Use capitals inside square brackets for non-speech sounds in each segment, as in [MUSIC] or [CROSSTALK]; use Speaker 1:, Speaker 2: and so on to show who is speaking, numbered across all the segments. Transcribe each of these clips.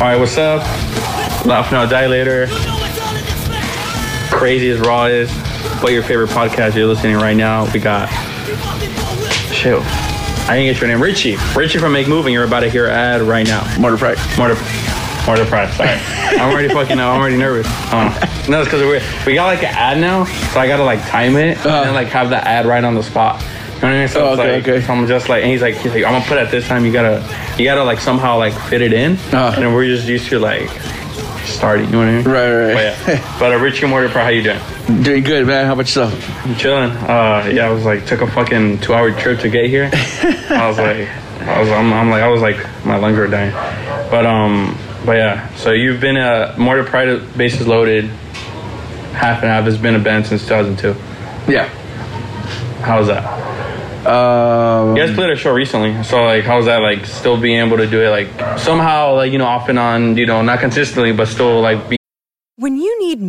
Speaker 1: All right, what's up? Laughing Out Die Later. Crazy as Raw is. What your favorite podcast you're listening right now? We got. Shoot. I didn't get your name. Richie. Richie from Make Moving. You're about to hear an ad right now.
Speaker 2: Mortar Pride.
Speaker 1: Mortar. Mortar Pride.
Speaker 2: [LAUGHS]
Speaker 1: Sorry. I'm already fucking up. I'm already nervous. Hold on. No, it's because we're. We got like an ad now. So I got to like time it and then like have the ad right on the spot. You know what I mean? So
Speaker 2: Uh-huh. Oh,
Speaker 1: it's
Speaker 2: okay,
Speaker 1: like,
Speaker 2: okay.
Speaker 1: so I'm just like, and he's like, he's like, I'm gonna put it at this time. You gotta, you gotta like somehow like fit it in.
Speaker 2: Uh.
Speaker 1: And we're just used to like starting. You know what I mean?
Speaker 2: Right, right,
Speaker 1: But
Speaker 2: right.
Speaker 1: yeah.
Speaker 2: [LAUGHS]
Speaker 1: But uh, Richie Mortar Pro, how you doing?
Speaker 2: Doing good, man. How about yourself?
Speaker 1: I'm chilling. Uh, yeah, I was like, took a fucking two hour trip to get
Speaker 2: [LAUGHS]
Speaker 1: here. I was like, I was, I'm, I'm like, I was like, my lungs were dying. But um, but yeah. So you've been a Mortar Pride bases loaded, half and half has been a band since 2002.
Speaker 2: Yeah.
Speaker 1: How's that?
Speaker 2: Um,
Speaker 1: You guys played a show recently, so like, how's that like? Still being able to do it like somehow, like you know, off and on, you know, not consistently, but still like be
Speaker 3: When you need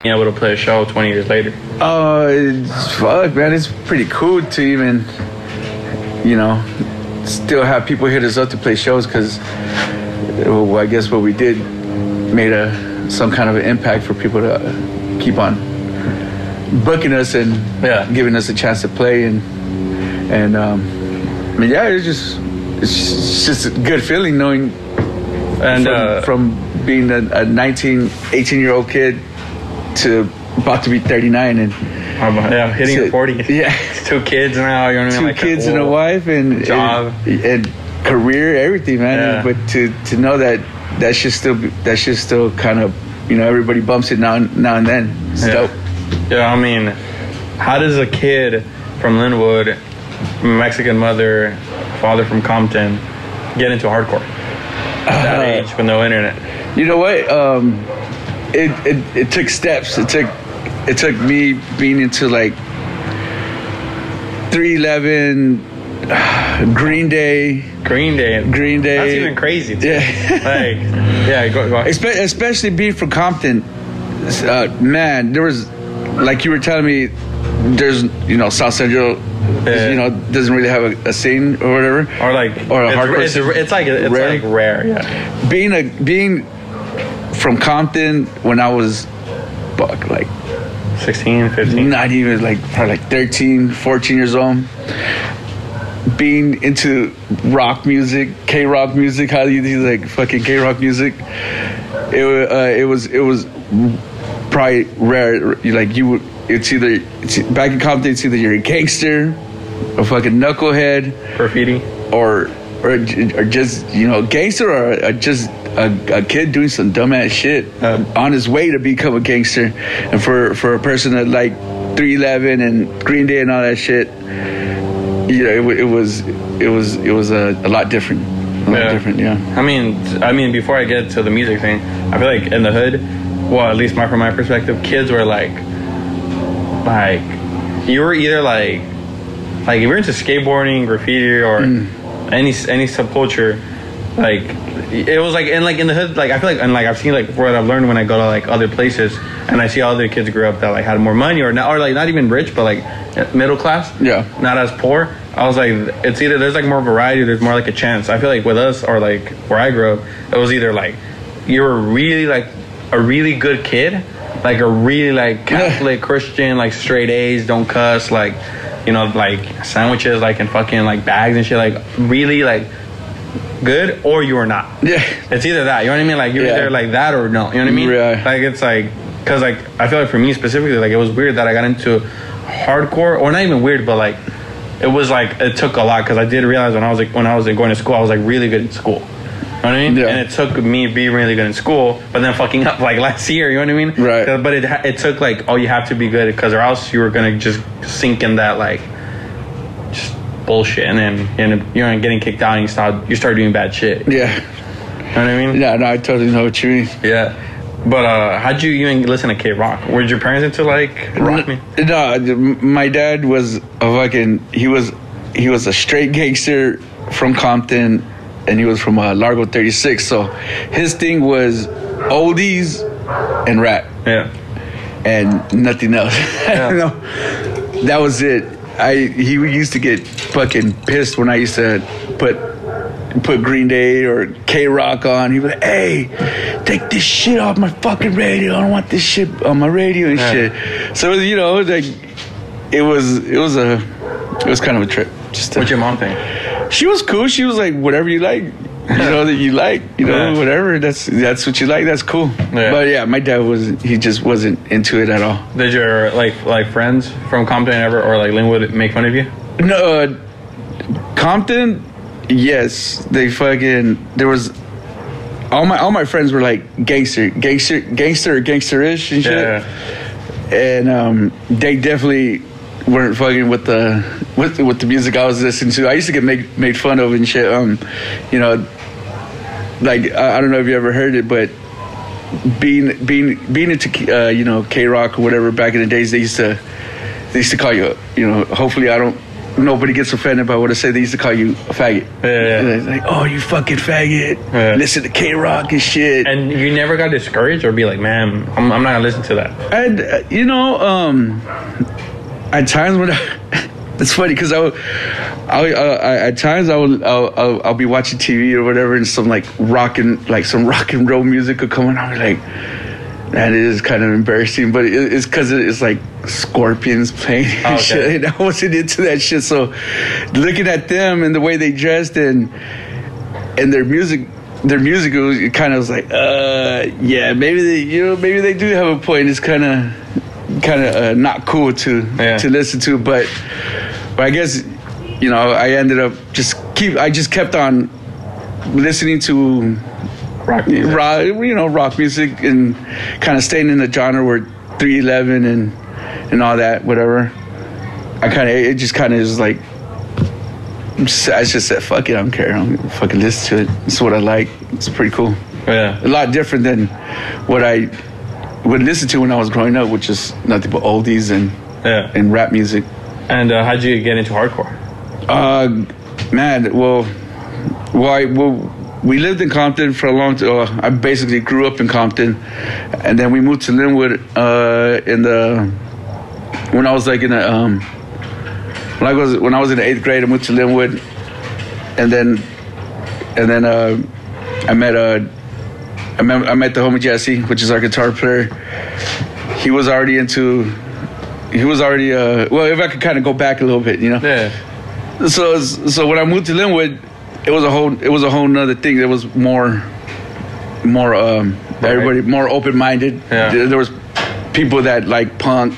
Speaker 1: being able to play a show 20 years later.
Speaker 2: Oh, it's- fuck, man. It's pretty cool to even, you know, still have people hit us up to play shows because well, I guess what we did made a some kind of an impact for people to keep on booking us and
Speaker 1: Yeah.
Speaker 2: giving us a chance to play and and um, I mean, yeah, it's just it's just a good feeling knowing
Speaker 1: And
Speaker 2: from,
Speaker 1: uh,
Speaker 2: from being a, a 19, 18 year old kid to about to be 39 and
Speaker 1: Um, yeah, hitting
Speaker 2: So-
Speaker 1: your 40. [LAUGHS]
Speaker 2: [LAUGHS] yeah.
Speaker 1: Two kids now, you know what I mean?
Speaker 2: two
Speaker 1: Like, oh.
Speaker 2: kids and a
Speaker 1: whoa.
Speaker 2: wife and
Speaker 1: Job.
Speaker 2: and, and career, everything, man.
Speaker 1: Yeah.
Speaker 2: But to to know that that should still be, that should still kind of you know everybody bumps it now and- now and then. It's
Speaker 1: Yeah.
Speaker 2: dope.
Speaker 1: Yeah, I mean, how does a kid from Linwood, Mexican mother, father from Compton, get into hardcore? At
Speaker 2: Uh,
Speaker 1: that age with no internet.
Speaker 2: You know what? Um, it, it it took steps. It took it took me being into like 311, [SIGHS] Green Day,
Speaker 1: Green Day.
Speaker 2: Green Day.
Speaker 1: That's even crazy. Too.
Speaker 2: Yeah. [LAUGHS]
Speaker 1: like, yeah, go, go.
Speaker 2: Espe- especially being from Compton, uh, man, there was like you were telling me, there's you know South Central,
Speaker 1: Yeah.
Speaker 2: you know doesn't really have a, a scene or whatever.
Speaker 1: Or like,
Speaker 2: or a
Speaker 1: it's,
Speaker 2: hardcore
Speaker 1: It's, it's like it's
Speaker 2: rare?
Speaker 1: like rare. Yeah.
Speaker 2: being a being from Compton when I was fuck like
Speaker 1: 16, 15.
Speaker 2: not even like probably like 13, 14 years old. Being into rock music, K rock music, how do you do like fucking K rock music? It wa- uh, it was it was probably rare. You Like you, would, it's either it's, back in Compton, it's either you're a gangster, a fucking knucklehead,
Speaker 1: Graffiti.
Speaker 2: or or, j- or just you know gangster, or a, just a, a kid doing some dumbass shit um,
Speaker 1: Uh.
Speaker 2: on his way to become a gangster. And for for a person that like 311 and Green Day and all that shit, you know, it, wa- it was it was it was a, a lot different. A lot
Speaker 1: Yeah.
Speaker 2: different, yeah.
Speaker 1: I mean, I mean, before I get to the music thing, I feel like in the hood, well, at least my from my perspective, kids were like, like, you were either like, like if you're into skateboarding, graffiti, or
Speaker 2: Mm.
Speaker 1: any any subculture, like it was like and like in the hood, like I feel like and like I've seen like what I've learned when I go to like other places and I see how other kids grew up that like had more money or not or like not even rich but like middle class,
Speaker 2: Yeah.
Speaker 1: not as poor. I was like, it's either there's like more variety, or there's more like a chance. I feel like with us or like where I grew up, it was either like you were really like a really good kid, like a really like Catholic Christian, like straight A's, don't cuss, like you know, like sandwiches, like in fucking like bags and shit, like really like good, or you were not.
Speaker 2: Yeah.
Speaker 1: It's either that, you know what I mean? Like you're
Speaker 2: Yeah.
Speaker 1: either like that or no, you know what I mean?
Speaker 2: Yeah.
Speaker 1: Like it's like, cause like I feel like for me specifically, like it was weird that I got into hardcore, or not even weird, but like it was like it took a lot, cause I did realize when I was like when I was like, going to school, I was like really good in school. You know what I mean?
Speaker 2: Yeah.
Speaker 1: And it took me being really good in school, but then fucking [LAUGHS] up like last year. You know what I mean?
Speaker 2: Right.
Speaker 1: Uh, But it ha- it took like oh you have to be good because or else you were gonna just sink in that like just bullshit and then and you're getting kicked out and you start you start doing bad shit. You
Speaker 2: Yeah.
Speaker 1: know what I mean?
Speaker 2: Yeah, no, I totally know what you mean.
Speaker 1: Yeah. But uh, how'd you even listen to K Rock? Were your parents into like rock me?
Speaker 2: No, my dad was a fucking. He was he was a straight gangster from Compton, and he was from uh, Largo 36. So his thing was oldies and rap
Speaker 1: Yeah.
Speaker 2: and nothing else. [LAUGHS]
Speaker 1: Yeah.
Speaker 2: no, that was it. I he used to get fucking pissed when I used to put put Green Day or K Rock on. He was like, "Hey, take this shit off my fucking radio. I don't want this shit on my radio and
Speaker 1: Yeah.
Speaker 2: shit." So you know, it was like it was it was a it was kind of a trip. Just to,
Speaker 1: What'd your mom think?
Speaker 2: she was cool. She was like, whatever you like, you know that you like, you know,
Speaker 1: Yeah.
Speaker 2: whatever. That's that's what you like. That's cool.
Speaker 1: Yeah.
Speaker 2: But yeah, my dad was he just wasn't into it at all.
Speaker 1: Did your like like friends from Compton ever or like Linwood make fun of you?
Speaker 2: No, uh, Compton. Yes, they fucking there was. All my all my friends were like gangster, gangster, gangster, gangsterish and shit, and um, they definitely weren't fucking with the with with the music I was listening to. I used to get made made fun of and shit. Um, you know, like I, I don't know if you ever heard it, but being being being into uh, you know K Rock or whatever back in the days, they used to they used to call you you know. Hopefully, I don't. Nobody gets offended by what I say. They used to call you a faggot.
Speaker 1: Yeah.
Speaker 2: And it's like, oh, you fucking faggot.
Speaker 1: Yeah.
Speaker 2: Listen to K Rock and shit.
Speaker 1: And you never got discouraged or be like, man, I'm, I'm not gonna listen to that.
Speaker 2: And uh, you know, um, at times when I, [LAUGHS] it's funny because I, would- I, would- uh, I, I, at times I will, I'll, I'll, I'll be watching TV or whatever, and some like rock and like some rock and roll music will come on. I'll be like, that is kind of embarrassing, but it, it's because it's like scorpions playing and
Speaker 1: Oh, okay.
Speaker 2: shit. [LAUGHS] And I wasn't into that shit, so looking at them and the way they dressed and and their music their music was it kind of was like uh yeah maybe they you know maybe they do have a point it's kind of kind of uh, not cool to
Speaker 1: Yeah.
Speaker 2: to listen to but but i guess you know i ended up just keep i just kept on listening to
Speaker 1: Rock music.
Speaker 2: rock you know rock music and kind of staying in the genre where 311 and and all that whatever i kind of it just kind of is like I'm just- I just said, fuck it, I don't care. I'm gonna fucking listen to it. It's what I like. It's pretty cool.
Speaker 1: Yeah.
Speaker 2: A lot different than what I would listen to when I was growing up, which is nothing but oldies and
Speaker 1: Yeah.
Speaker 2: and rap music.
Speaker 1: And uh, how'd you get into hardcore?
Speaker 2: Uh, man, well, why? Well, we lived in Compton for a long time. Uh, I basically grew up in Compton, and then we moved to Linwood uh, in the when I was like in the um, when I was when I was in the eighth grade. I moved to Linwood, and then and then uh, I met uh, I met I met the homie Jesse, which is our guitar player. He was already into. He was already uh, well. If I could kind of go back a little bit, you know
Speaker 1: Yeah.
Speaker 2: so so when I moved to Linwood, it was a whole it was a whole nother thing. There was more more um everybody more open minded.
Speaker 1: Yeah.
Speaker 2: There, there was people that like punk,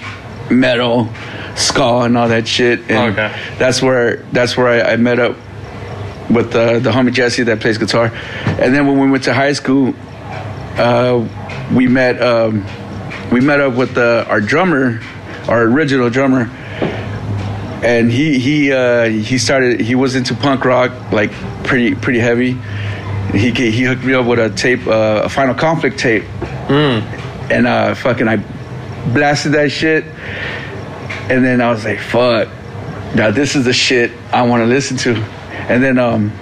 Speaker 2: metal, ska and all that shit. And
Speaker 1: Okay.
Speaker 2: that's where that's where I, I met up with uh, the homie Jesse that plays guitar. And then when we went to high school, uh, we met um, we met up with uh, our drummer, our original drummer, and he he uh, he started he was into punk rock like pretty pretty heavy. He ca- he hooked me up with a tape, uh, a Final Conflict tape, and uh, fucking I blasted that shit, and then I was like, fuck, now this is the shit I want to listen to, and then um.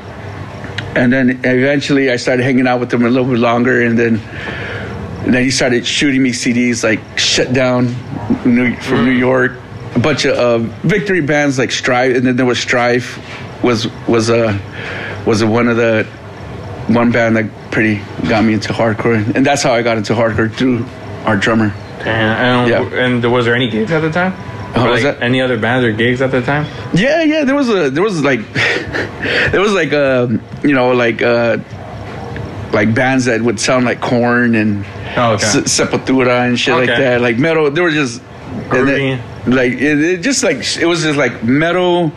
Speaker 2: And then eventually, I started hanging out with him a little bit longer, and then and then he started shooting me CDs like Shut Down New, from New York, a bunch of uh, victory bands like Strife, and then there was Strife, was was a was a, one of the one band that pretty got me into hardcore, and that's how I got into hardcore through our drummer.
Speaker 1: And, and,
Speaker 2: Yeah.
Speaker 1: and there- was there any gigs at the time?
Speaker 2: Oh,
Speaker 1: Or,
Speaker 2: was
Speaker 1: like,
Speaker 2: that-
Speaker 1: Any other bands or gigs at the time?
Speaker 2: Yeah, yeah. There was a there was like [LAUGHS] there was like um you know like uh like bands that would sound like Corn and
Speaker 1: Oh, okay.
Speaker 2: Se- Sepultura and shit like
Speaker 1: Okay.
Speaker 2: that. Like metal. There were just and
Speaker 1: Groovy.
Speaker 2: then, like it, it just like it was just like metal,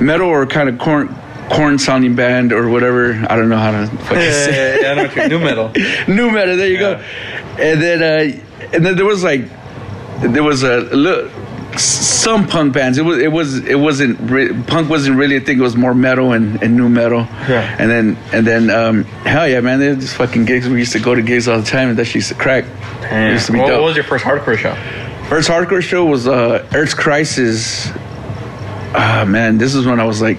Speaker 2: metal or kind of corn corn sounding band or whatever. I don't know how
Speaker 1: [LAUGHS]
Speaker 2: to fucking say. it
Speaker 1: yeah, I know what you're- new metal.
Speaker 2: new metal. There you go. And then, uh, and then there was like, there was a little, s- some punk bands. It was it was it wasn't re- punk wasn't really a thing. It was more metal and, and new metal.
Speaker 1: Yeah.
Speaker 2: And then and then um, hell yeah, man, they just fucking gigs. We used to go to gigs all the time, and that shit used to crack. It [LAUGHS] used to be
Speaker 1: what,
Speaker 2: dope.
Speaker 1: what was your first hardcore show?
Speaker 2: First hardcore show was uh, Earth Crisis. Ah man, this is when I was like,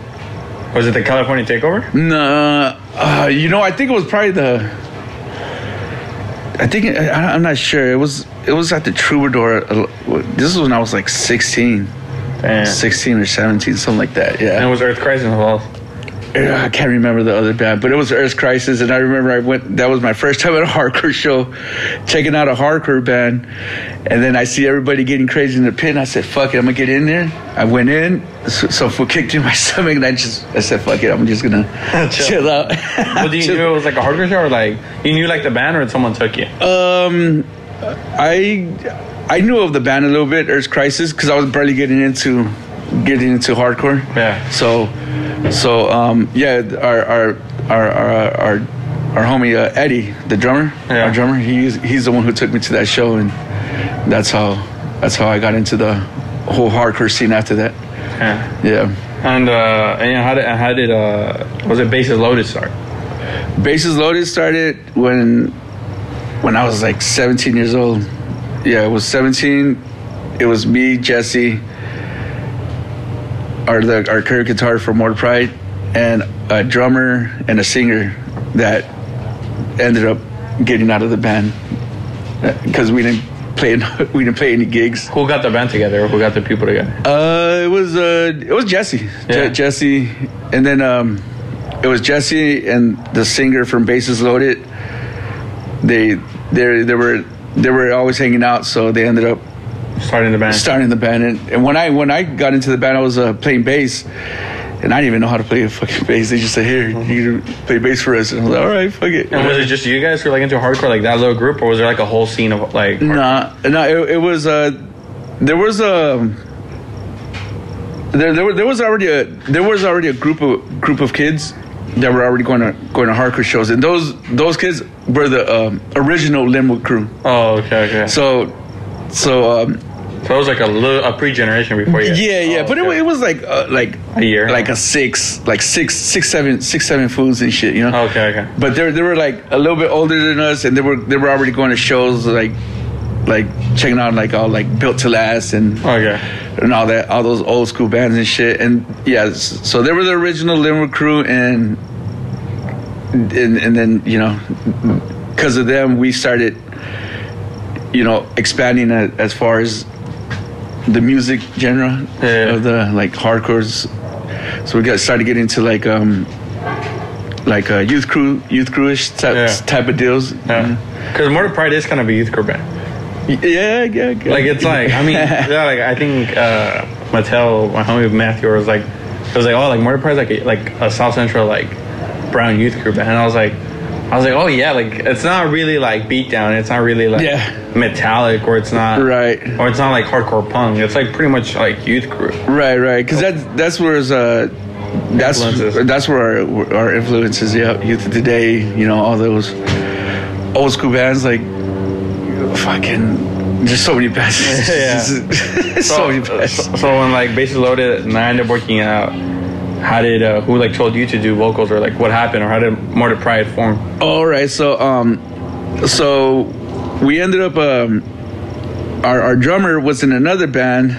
Speaker 1: Was it the California Takeover?
Speaker 2: Mm. nah. Uh, you know, I think it was probably the. I think I- I, I'm not sure. It was it was at the Troubadour. uh, This is when I was like 16,
Speaker 1: Damn.
Speaker 2: 16 or 17, something like that.
Speaker 1: And it
Speaker 2: Yeah.
Speaker 1: was Earth Crisis involved.
Speaker 2: Yeah, I can't remember the other band, but it was Earth Crisis, and I remember I went. That was my first [LAUGHS] time at a hardcore show, checking out a hardcore band, and then I see everybody getting crazy in the pit, and I said, "Fuck it, I'm gonna get in there." I went in, so, so food kicked in my [LAUGHS] stomach, and I just, I said, "Fuck it, I'm just gonna
Speaker 1: [LAUGHS] Chill.
Speaker 2: chill out."
Speaker 1: Well, do
Speaker 2: [LAUGHS]
Speaker 1: you
Speaker 2: Chill.
Speaker 1: knew it was like a hardcore show, or like you knew like the band, or someone took you?
Speaker 2: Um, I I knew of the band a little bit, Earth Crisis, because I was barely getting into getting into hardcore.
Speaker 1: Yeah.
Speaker 2: So, so um, yeah, our our our our our, our homie uh, Eddie, the drummer,
Speaker 1: Yeah.
Speaker 2: our drummer, he's he's the one who took me to that show, and that's how that's how I got into the whole hardcore scene after that.
Speaker 1: Yeah.
Speaker 2: Yeah.
Speaker 1: And uh, and you know, how did how did uh, was it Bases Loaded start?
Speaker 2: Bases Loaded started when when I was like 17 years old. Yeah, it was 17. It was me, Jesse, our the, our current guitar from More Pride, and a drummer and a singer that ended up getting out of the band because we didn't play [LAUGHS] en- we didn't play any gigs.
Speaker 1: Who got the band together? Who got the people together?
Speaker 2: Uh, it was uh, it was Jesse,
Speaker 1: Yeah.
Speaker 2: Je- Jesse, and then um, it was Jesse and the singer from Bases Loaded. They they they were they were always hanging out, so they ended up
Speaker 1: Starting the band.
Speaker 2: starting the band. And, and when I when I got into the band, I was uh, playing bass, and I didn't even know how to play a fucking bass. They just said, "Here, you can play bass for us," and I was like, "All right, fuck it."
Speaker 1: and was it just you guys who were like into hardcore, like that little group, or was there like a whole scene of like? hard-
Speaker 2: No, no, it, it was uh, there was a there there, were, there was already a there was already a group of group of kids that were already going to going to hardcore shows, and those those kids were the um, original Limwood crew.
Speaker 1: Oh, okay, okay. So,
Speaker 2: So, so um,
Speaker 1: it was like a little, a pre-generation before you.
Speaker 2: yeah, yeah,
Speaker 1: Oh,
Speaker 2: but
Speaker 1: okay.
Speaker 2: it, it was like uh, like
Speaker 1: A year.
Speaker 2: like a six, like six, six, seven, six, seven foods and shit, you know.
Speaker 1: Okay, okay.
Speaker 2: But they they were like a little bit older than us, and they were they were already going to shows like like checking out like all like Built to Last and
Speaker 1: Okay.
Speaker 2: and all that, all those old school bands and shit. And yeah, s- so they were the original Limerick crew, and and, and then you know, because of them, we started, you know, expanding a, as far as the music genre
Speaker 1: Yeah.
Speaker 2: of the like hardcores. So we got started getting into like um like uh, youth crew, youth crewish type,
Speaker 1: Yeah.
Speaker 2: type of deals. Mm-hmm.
Speaker 1: Yeah. Because Mortar Pride is kind of a youth group band.
Speaker 2: yeah, yeah, yeah.
Speaker 1: Like it's like
Speaker 2: [LAUGHS]
Speaker 1: I mean yeah, like I think uh Mattel, my homie Matthew was like it was like oh like Mortar Pride's like a, like a South Central like brown youth group and I was like I was like oh yeah like it's not really like beatdown it's not really like
Speaker 2: Yeah.
Speaker 1: metallic or it's not
Speaker 2: Right.
Speaker 1: or it's not like hardcore punk it's like pretty much like youth group
Speaker 2: Right, right. Because that's that's where it's, uh, that's
Speaker 1: Influences.
Speaker 2: that's where our, our influences. Yeah, youth of today. You know, all those old school bands like fucking. There's so many bands.
Speaker 1: [LAUGHS] Yeah.
Speaker 2: [LAUGHS] so, many bands.
Speaker 1: so, so when like Bases Loaded and I ended up working out how did uh, who like told you to do vocals or like what happened or how did Mortar Pride form
Speaker 2: All right, so um, so we ended up um, our our drummer was in another band,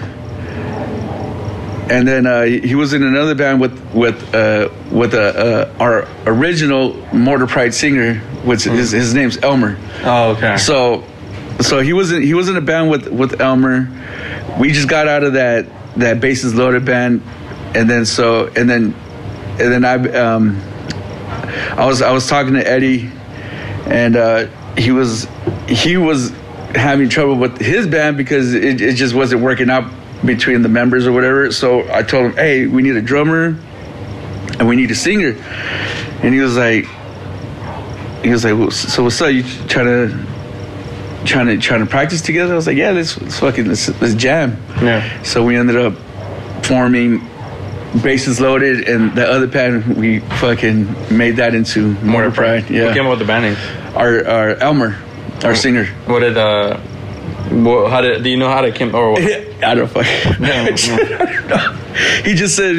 Speaker 2: and then uh, he was in another band with with uh, with uh, uh, our original Mortar Pride singer, which is his name's Elmer.
Speaker 1: oh okay
Speaker 2: So, so he wasn't he was in a band with with Elmer. We just got out of that that bases loaded band, and then so and then and then I um I was I was talking to Eddie, and uh, he was he was having trouble with his band because it, it just wasn't working out between the members or whatever. So I told him, hey, we need a drummer, and we need a singer, and he was like. He was like, well, "So what's up? You trying to trying to trying to practice together. I was like, yeah, let's, let's fucking let's, let's jam.
Speaker 1: yeah
Speaker 2: So we ended up forming Bases Loaded, and the other band we fucking made that into Mortar Pride.
Speaker 1: Who came
Speaker 2: Yeah,
Speaker 1: up with the band name?
Speaker 2: our our Elmer, our singer.
Speaker 1: What did uh Well, how did, do you know how to Kim [LAUGHS] or what?
Speaker 2: I don't fuck. [LAUGHS]
Speaker 1: No, [LAUGHS]
Speaker 2: he just said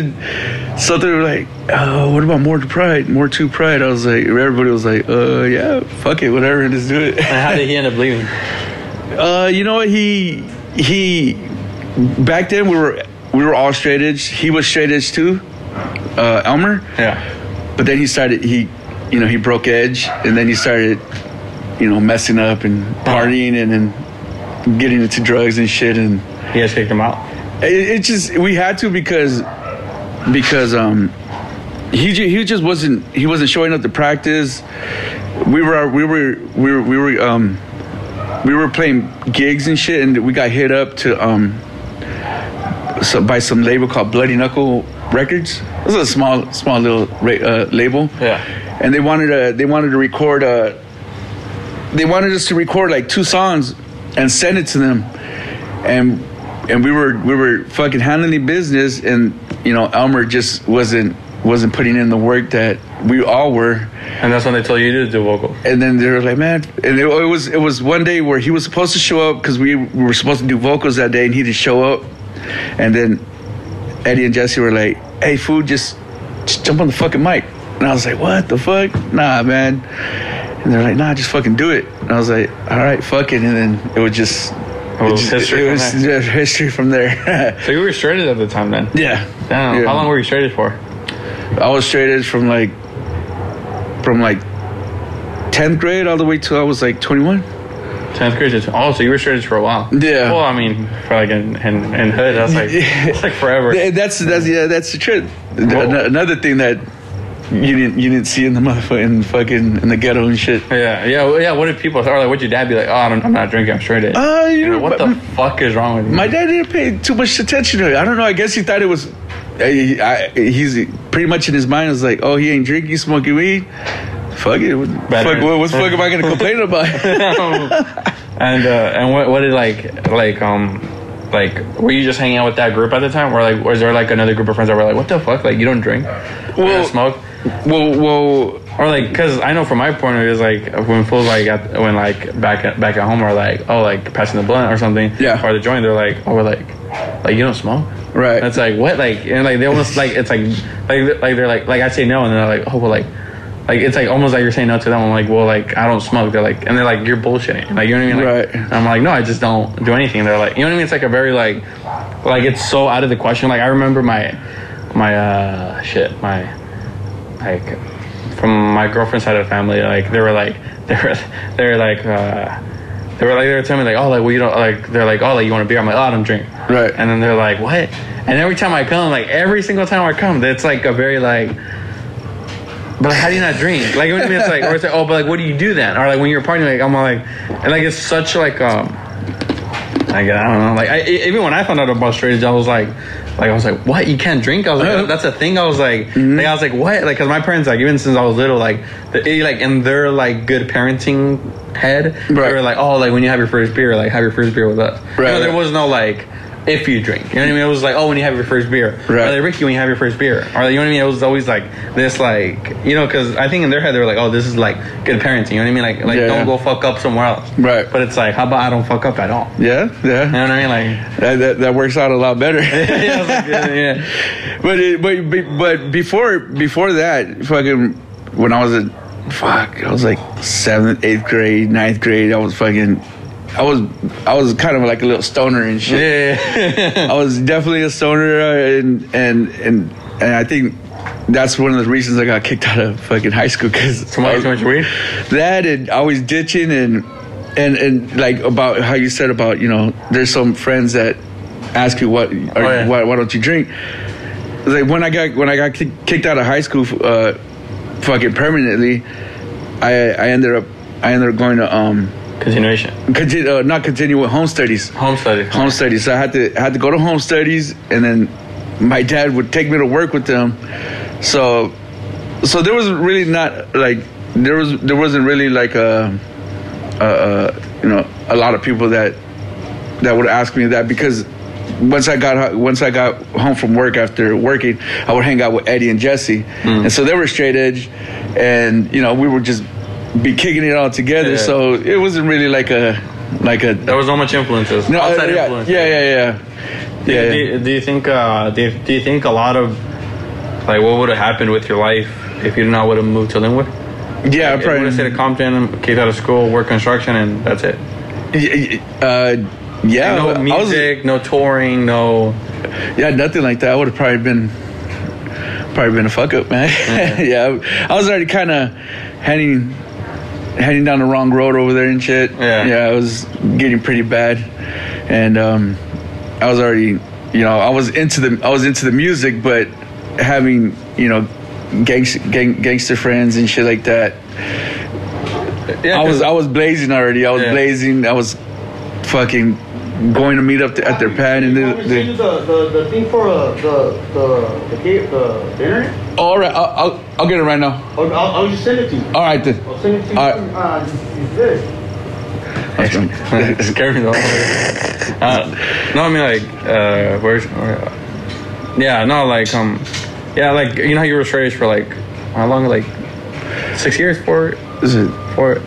Speaker 2: something like, oh, "What about more to pride? More to pride?" I was like, everybody was like, "Uh, yeah, fuck it, whatever, just do it." [LAUGHS]
Speaker 1: And how did he end up leaving?
Speaker 2: Uh, you know what? He he. Back then, we were we were all straight edge. He was straight edge too, uh, Elmer.
Speaker 1: Yeah.
Speaker 2: But then he started. He, you know, he broke edge, and then he started, you know, messing up and partying, and then getting into drugs and shit. And
Speaker 1: You guys kicked him out.
Speaker 2: it, it just we had to because because um he ju- he just wasn't he wasn't showing up to practice. We were uh, we were we were we were um we were playing gigs and shit, and we got hit up to um so by some label called Bloody Knuckle Records. This is a small small little ra- uh, label.
Speaker 1: Yeah.
Speaker 2: and they wanted to they wanted to record uh they wanted us to record like two songs and send it to them and and we were we were fucking handling the business and you know Elmer just wasn't wasn't putting in the work that we all were
Speaker 1: And that's when they told you to do vocal.
Speaker 2: and then they were like man and it, it was it was one day where he was supposed to show up because we, we were supposed to do vocals that day and he didn't show up and then Eddie and Jesse were like hey food just, just jump on the fucking mic and I was like what the fuck nah man and they're like nah just fucking do it and I was like all right fuck it and then it was just
Speaker 1: It was history
Speaker 2: it
Speaker 1: from
Speaker 2: was
Speaker 1: there.
Speaker 2: yeah, [LAUGHS] history from there [LAUGHS]
Speaker 1: So you were straighted at the time then.
Speaker 2: Yeah.
Speaker 1: Damn.
Speaker 2: Yeah.
Speaker 1: How long were you straighted for?
Speaker 2: I was straight edge from like from like tenth grade all the way till I was like twenty one.
Speaker 1: Tenth grade. it's- Oh, so you were straighted for a while.
Speaker 2: Yeah.
Speaker 1: Well, I mean, for like in in, in hood, that's [LAUGHS] like it's like forever.
Speaker 2: Th- That's that's yeah, that's the truth. Th-
Speaker 1: Whoa.
Speaker 2: ano- Another thing that you didn't you didn't see in the [LAUGHS] motherfucking fucking in the ghetto and shit.
Speaker 1: Yeah, yeah, well, yeah. What did people or like? Would your dad be like? Oh, I don't, I'm not drinking. I'm straight edge.
Speaker 2: Uh, you
Speaker 1: You
Speaker 2: know
Speaker 1: know, what
Speaker 2: my-
Speaker 1: the fuck is wrong with you?
Speaker 2: My dad didn't pay too much attention to it. I don't know. I guess he thought it was. I, I, he's pretty much in his mind was like, oh, he ain't drinking, smoking weed. Fuck it. What,
Speaker 1: Better.
Speaker 2: fuck, what, what the fuck am
Speaker 1: [LAUGHS]
Speaker 2: I gonna complain about?
Speaker 1: and uh, and what what did like like um like were you just hanging out with that group at the time, or like was there like another group of friends that were like, what the fuck? Like you don't drink, you
Speaker 2: Well-
Speaker 1: don't smoke.
Speaker 2: well, well,
Speaker 1: Or like, cause I know from my point of view, it's like when fools like at, when like back at back at home are like, oh, like passing the blunt or something,
Speaker 2: Yeah.
Speaker 1: or the joint, they're like, oh, we're like, like you don't smoke,
Speaker 2: Right.
Speaker 1: That's like what, like and like they almost like it's like like like they're like like I say no, and they're like, oh, well, like like it's like almost like you're saying no to them. I'm like, well, like I don't smoke. They're like, and they're like, you're bullshitting. Like you know what I mean? Like,
Speaker 2: Right.
Speaker 1: and I'm like, no, I just don't do anything. They're like, you know what I mean? It's like a very like, like it's so out of the question. Like I remember my, my uh shit, my, like, from my girlfriend's side of the family. Like they were like [LAUGHS] they were they were like uh, they were like they were telling me like oh like well you don't like they're like oh like you want a beer I'm like oh I don't drink
Speaker 2: Right.
Speaker 1: and then they're like what and every time I come like every single time I come it's like a very like but like, how do you not drink? Like, you know what I mean? It's like, or it's like, oh, but like, what do you do then? Or like, when you're partying, like, I'm all like, and like, it's such like, um, like, I don't know, like, I, e- even when I found out about straight edge, I was like, like, I was like, what? You can't drink? I was like, that's a thing. I was like, like, I was like, what? Like, cause my parents, like, even since I was little, like, they, like, in their like good parenting head,
Speaker 2: Right.
Speaker 1: they were like, oh, like when you have your first beer, like, have your first beer with us. You know,
Speaker 2: Right.
Speaker 1: there was no like. If you drink, you know what I mean. It was like, oh, when you have your first beer,
Speaker 2: Right.
Speaker 1: Or like, Ricky when you have your first beer. Or you know what I mean? It was always like this, like you know, because I think in their head they were like, oh, this is like good parenting. You know what I mean? Like, like
Speaker 2: Yeah.
Speaker 1: don't go fuck up somewhere else.
Speaker 2: Right.
Speaker 1: But it's like, how about I don't fuck up at all? You
Speaker 2: yeah, yeah.
Speaker 1: know what I mean? Like, [LAUGHS]
Speaker 2: That, that, that works out a lot better.
Speaker 1: yeah, I was like, yeah, yeah.
Speaker 2: But it, but but- but before before that, fucking when I was in fuck, I was like seventh, eighth grade, ninth grade. I was fucking, I was I was kind of like a little stoner and shit.
Speaker 1: yeah.
Speaker 2: I was definitely a stoner, uh, and and and and I think that's one of the reasons I got kicked out of fucking high school because
Speaker 1: Smoking too much weed.
Speaker 2: that and always ditching and and and like about how you said about you know there's some friends that ask you what or,
Speaker 1: yeah.
Speaker 2: why, why don't you drink It's like when i got when i got kick- kicked out of high school uh fucking permanently i i ended up i ended up going to um
Speaker 1: Continuation.
Speaker 2: continue uh, not continue with home studies
Speaker 1: Home study.
Speaker 2: home studies. So I had to I had to go to home studies, and then my dad would take me to work with them. So, so there was really not like there was there wasn't really like a, a, a you know a lot of people that that would ask me that because once I got ho- once I got home from work after working, I would hang out with Eddie and Jesse, and so they were straight edge, and you know we would just be kicking it all together.
Speaker 1: Yeah.
Speaker 2: So it wasn't really like a like a
Speaker 1: There was no much influences.
Speaker 2: no, uh,
Speaker 1: outside
Speaker 2: yeah,
Speaker 1: influences.
Speaker 2: yeah, yeah, yeah,
Speaker 1: Do,
Speaker 2: yeah,
Speaker 1: do,
Speaker 2: yeah.
Speaker 1: you- do you think? Uh, do, you, do you think a lot of like what would have happened with your life if you not would have moved to Linwood?
Speaker 2: Yeah,
Speaker 1: I would have stayed
Speaker 2: probably.
Speaker 1: at Compton, kicked out of school, work construction, and that's it.
Speaker 2: Y- y- Uh, yeah,
Speaker 1: no
Speaker 2: I was-
Speaker 1: music, no touring, no.
Speaker 2: Yeah, nothing like that. I would have probably been probably been a fuck up, man. [LAUGHS] yeah, I was already kind of heading heading down the wrong road over there and shit.
Speaker 1: Yeah.
Speaker 2: yeah, I was getting pretty bad, and um, I was already, you know, I was into the I was into the music, but having you know, gangster gang, gangster friends and shit like that.
Speaker 1: Yeah,
Speaker 2: I
Speaker 1: 'cause-
Speaker 2: was I was blazing already. I was
Speaker 1: Yeah.
Speaker 2: blazing. I was fucking going to meet up at their pad and.
Speaker 4: You want
Speaker 2: They,
Speaker 4: me to send you
Speaker 2: they,
Speaker 4: the, the, the thing for uh, the, the, the, ga- the, the internet?
Speaker 2: all right, I'll, I'll I'll get it right now.
Speaker 4: Or I'll, I'll just send it to you.
Speaker 2: All right then.
Speaker 4: I'll send it to you.
Speaker 2: All right.
Speaker 4: Uh, is this?
Speaker 1: It scared me the whole
Speaker 2: [LAUGHS]
Speaker 1: way. Uh, no, I mean like, uh, where's, where- yeah, no, like, um, yeah, like you know how you were straight for like how long? Like six years, four,
Speaker 2: Is it
Speaker 1: four,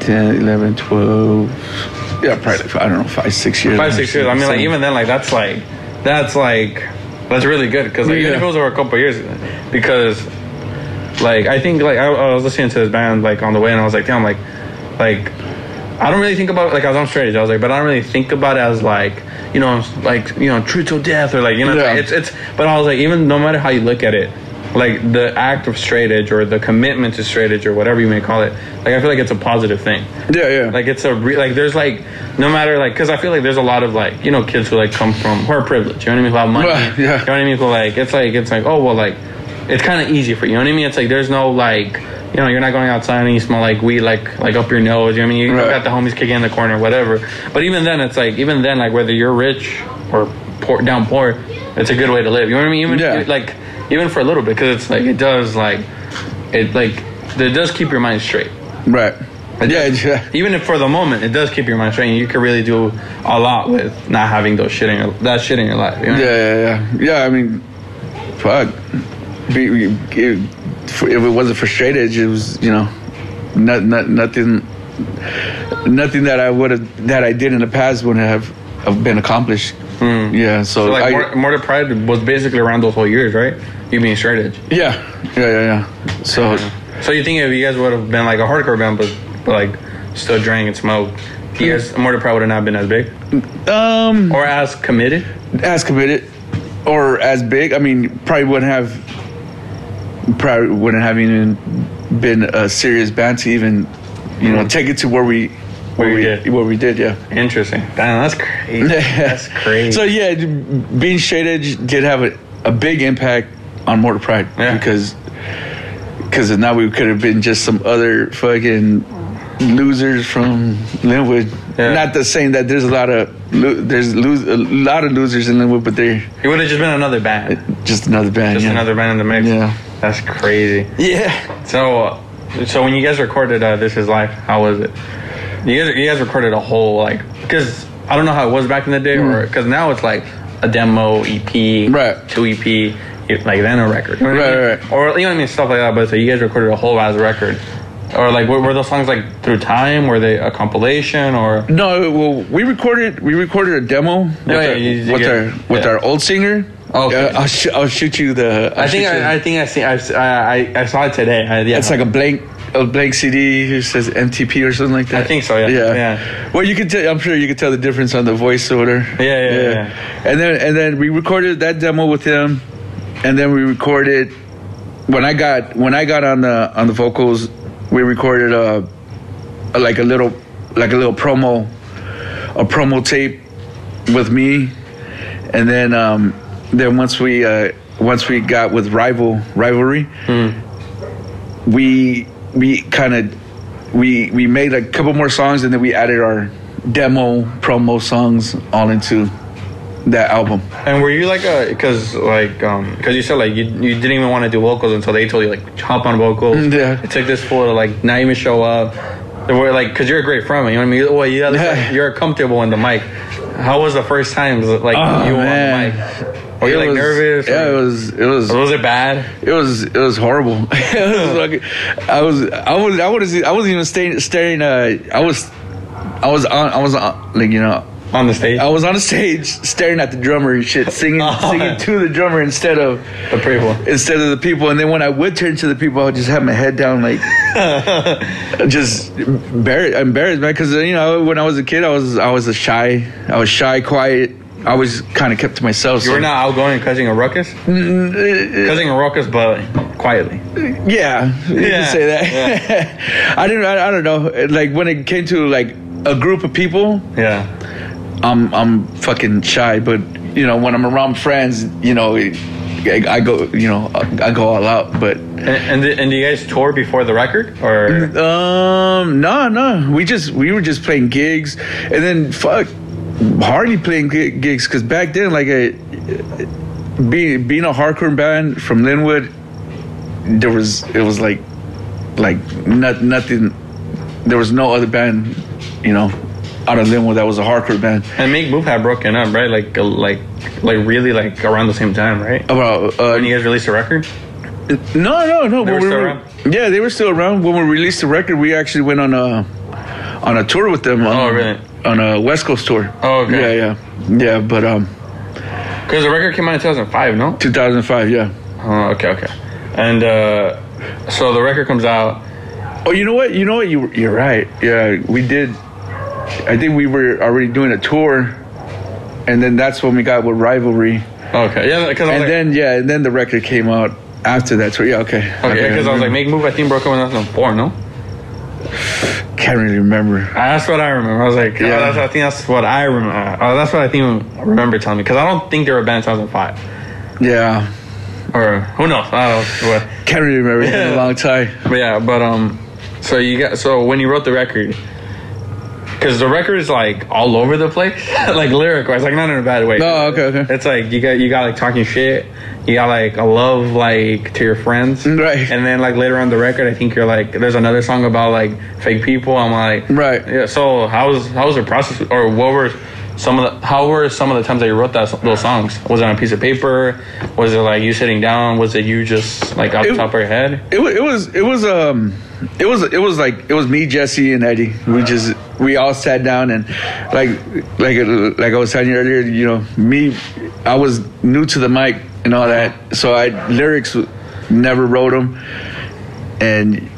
Speaker 2: 10, 11, 12? Yeah, probably, like, I don't know, five, six years.
Speaker 1: five, six years. I mean, like even then, like that's like, that's like, that's really good because like, even
Speaker 2: Yeah.
Speaker 1: if it was over a couple of years, because, like, I think like I, I was listening to this band like on the way and I was like, damn, like, like, I don't really think about like I was on straight edge. I was like, but I don't really think about it as like, you know, like you know, true till death or like you know,
Speaker 2: Yeah.
Speaker 1: it's it's. But I was like, even no matter how you look at it. Like the act of straight edge or the commitment to straight edge or whatever you may call it, like I feel like it's a positive thing
Speaker 2: Yeah, yeah.
Speaker 1: like it's a re- like there's like no matter like because I feel like there's a lot of like you know kids who like come from who are privileged you know what I mean who have money
Speaker 2: Right, yeah.
Speaker 1: you know what I mean who like it's like it's like oh well like it's kind of easy for you you know what I mean it's like there's no like you know you're not going outside and you smell like weed like like up your nose you know what I mean you
Speaker 2: Right.
Speaker 1: got the homies kicking in the corner whatever but even then it's like even then like whether you're rich or poor down poor it's a good way to live you know what I mean even
Speaker 2: Yeah.
Speaker 1: like even for a little bit because it's like it does like it like it does keep your mind straight
Speaker 2: right.
Speaker 1: It
Speaker 2: Yeah,
Speaker 1: does.
Speaker 2: yeah.
Speaker 1: Even if for the moment, it does keep your mind straight. and You can really do a lot with not having those shit in your that shit in your life. You know?
Speaker 2: Yeah, yeah, yeah. Yeah, I mean, fuck. Be, we- it, for- if it wasn't for straight edge, it was, you know, not, not, nothing nothing that I would have, that I did in the past would have, have been accomplished. Yeah, so,
Speaker 1: Hmm. So like
Speaker 2: I,
Speaker 1: more, more to pride was basically around those whole years, right? You being straight edge.
Speaker 2: yeah, yeah, yeah, yeah. So,
Speaker 1: So you think if you guys would have been like a hardcore band, but, but like still drank and smoked, you guys more to pride would have not been as big
Speaker 2: um,
Speaker 1: or as committed.
Speaker 2: as committed or as big. I mean, probably wouldn't have probably wouldn't have even been a serious band to even you know take it to where we
Speaker 1: Hmm. Where
Speaker 2: where
Speaker 1: you
Speaker 2: we
Speaker 1: did.
Speaker 2: where we did. Yeah.
Speaker 1: Interesting. Damn, that's
Speaker 2: [LAUGHS]
Speaker 1: crazy. [LAUGHS] that's crazy.
Speaker 2: So yeah, d- being Shade Edge did have a, a big impact on Mortar Pride
Speaker 1: Yeah.
Speaker 2: because because now we could have been just some other fucking losers from Linwood.
Speaker 1: Yeah.
Speaker 2: Not the saying that there's a lot of lo- there's lose a lot of losers in Linwood, but they're
Speaker 1: you would have just been another band,
Speaker 2: just another band.
Speaker 1: just
Speaker 2: yeah.
Speaker 1: another band in the mix.
Speaker 2: Yeah.
Speaker 1: That's crazy.
Speaker 2: Yeah.
Speaker 1: So, uh, so when you guys recorded uh, "This Is Life," how was it? You guys, you guys recorded a whole like because I don't know how it was back in the day, or because now it's like a demo EP,
Speaker 2: Right.
Speaker 1: Two EP, it- like then a record, you know what I
Speaker 2: Right,
Speaker 1: mean?
Speaker 2: right, right.
Speaker 1: Or you know what I mean, stuff like that. But so you guys recorded a whole as a record, or like were, were those songs like through time? Were they a compilation or?
Speaker 2: No, well, we recorded we recorded a demo with
Speaker 1: Oh, Yeah,
Speaker 2: our,
Speaker 1: you- you
Speaker 2: with,
Speaker 1: get-
Speaker 2: our with
Speaker 1: yeah.
Speaker 2: our old singer.
Speaker 1: Okay.
Speaker 2: Uh, I'll, sh- I'll shoot you the. I'll
Speaker 1: I think
Speaker 2: shoot you-
Speaker 1: I, I think I see I've, I I I saw it today. I, yeah,
Speaker 2: it's like a blank a blank CD who says MTP or something like that.
Speaker 1: I think so, yeah.
Speaker 2: Yeah.
Speaker 1: Yeah.
Speaker 2: Well, you can tell. I'm sure you can tell the difference on the voice order.
Speaker 1: Yeah, yeah, yeah, yeah.
Speaker 2: And then and then we recorded that demo with him, and then we recorded when I got when I got on the on the vocals, we recorded a, a like a little like a little promo a promo tape with me, and then um, then once we uh, once we got with rival rivalry,
Speaker 1: Hmm.
Speaker 2: we we kind of we we made a couple more songs, and then we added our demo promo songs all into that album.
Speaker 1: And were you like a because like um because you said like you you didn't even want to do vocals until they told you like hop on vocals.
Speaker 2: Mm, yeah.
Speaker 1: It took this fool to like not even show up. They were like because you're a great friend. You know what I mean? Well, you
Speaker 2: Yeah.
Speaker 1: you're comfortable in the mic. How was the first time like
Speaker 2: Oh,
Speaker 1: you were
Speaker 2: man.
Speaker 1: on the mic? Were you
Speaker 2: It
Speaker 1: Oh, like
Speaker 2: was-
Speaker 1: nervous?
Speaker 2: Yeah,
Speaker 1: or-
Speaker 2: it was it was
Speaker 1: Was it bad?
Speaker 2: It was it was horrible. [LAUGHS]
Speaker 1: Uh-huh.
Speaker 2: it was fucking, I was I was I was I wasn't even staying, staring. Uh, I was I was on. I was on. Like you know,
Speaker 1: on the stage.
Speaker 2: I was on a stage staring at the drummer and shit, singing,
Speaker 1: [LAUGHS]
Speaker 2: singing to the drummer instead of
Speaker 1: the people.
Speaker 2: instead of the people. And then when I would turn to the people, I would just have my head
Speaker 1: [LAUGHS]
Speaker 2: down, like just embarrassed, embarrassed, man. Because you know, when I was a kid, I was I was a shy, I was shy, quiet. I was kind of kept to myself.
Speaker 1: You
Speaker 2: so-
Speaker 1: were not outgoing and causing a ruckus?
Speaker 2: Mm,
Speaker 1: Causing a ruckus, but quietly.
Speaker 2: Yeah, you
Speaker 1: Yeah,
Speaker 2: can say that. [LAUGHS] I didn't. I, I don't know. Like when it came to like a group of people,
Speaker 1: Yeah.
Speaker 2: I'm I'm fucking shy. But you know, when I'm around friends, you know, it- I, I go, you know, I go all out. But
Speaker 1: And, and, did- and do you guys tour before the record?
Speaker 2: Mm,
Speaker 1: Or
Speaker 2: um, no, no, we just we were just playing gigs, and then fuck, hardly playing gi- gigs because back then, like a being being a hardcore band from Linwood, there was it was like like not nothing. There was no other band, you know, out of Linwood that was a hardcore band.
Speaker 1: and Make Move had broken up, right? Like uh, like like really like around the same time, right?
Speaker 2: About uh,
Speaker 1: When you guys released the record?
Speaker 2: No, no, no.
Speaker 1: They were
Speaker 2: when we
Speaker 1: still around?
Speaker 2: Yeah, they were still around when we released the record. We actually went on a on a tour with them. On,
Speaker 1: Oh, really?
Speaker 2: On a West Coast tour.
Speaker 1: Oh, okay.
Speaker 2: Yeah, yeah, yeah. But um,
Speaker 1: Because the record came out in 2005, no?
Speaker 2: 2005. Yeah.
Speaker 1: Oh, okay, okay. And uh, so the record comes out.
Speaker 2: Oh, you know what? You know what? You you're right. Yeah, we did. I think we were already doing a tour, and then that's when we got with Rivalry,
Speaker 1: Okay, yeah, because I was
Speaker 2: and
Speaker 1: like,
Speaker 2: then yeah, and then the record came out after that tour. Yeah, okay.
Speaker 1: okay, because I was
Speaker 2: remember.
Speaker 1: like, Make Move, I think broke up in 2004, no?
Speaker 2: can't really remember.
Speaker 1: That's what I remember. I was like, yeah.
Speaker 2: Yeah.
Speaker 1: that's, I think that's what I remember. Oh, that's what I think I remember telling me because I don't think they were a band in 2005
Speaker 2: Yeah,
Speaker 1: or who knows. I don't know. What.
Speaker 2: can't really remember. It's
Speaker 1: [LAUGHS]
Speaker 2: been a long time.
Speaker 1: But yeah, but um, so you got so when you wrote the record, because the record is like all over the place, [LAUGHS] like lyric wise, like not in a bad way.
Speaker 2: Oh, okay, okay.
Speaker 1: It's like you got you got like talking shit, you got like a love like to your friends,
Speaker 2: [LAUGHS] Right.
Speaker 1: And then like later on the record, I think you're like there's another song about like fake people. I'm like
Speaker 2: Right.
Speaker 1: Yeah. So how was how was the process or what were some of the how were some of the times that you wrote that those songs? Was it on a piece of paper? Was it like you sitting down? Was it you just like off the
Speaker 2: It-
Speaker 1: top of your head?
Speaker 2: It, wa- it was it was um it was it was like it was me Jesse and Eddie we just we all sat down and like like like I was telling you earlier you know me I was new to the mic and all that so I lyrics w- never wrote them and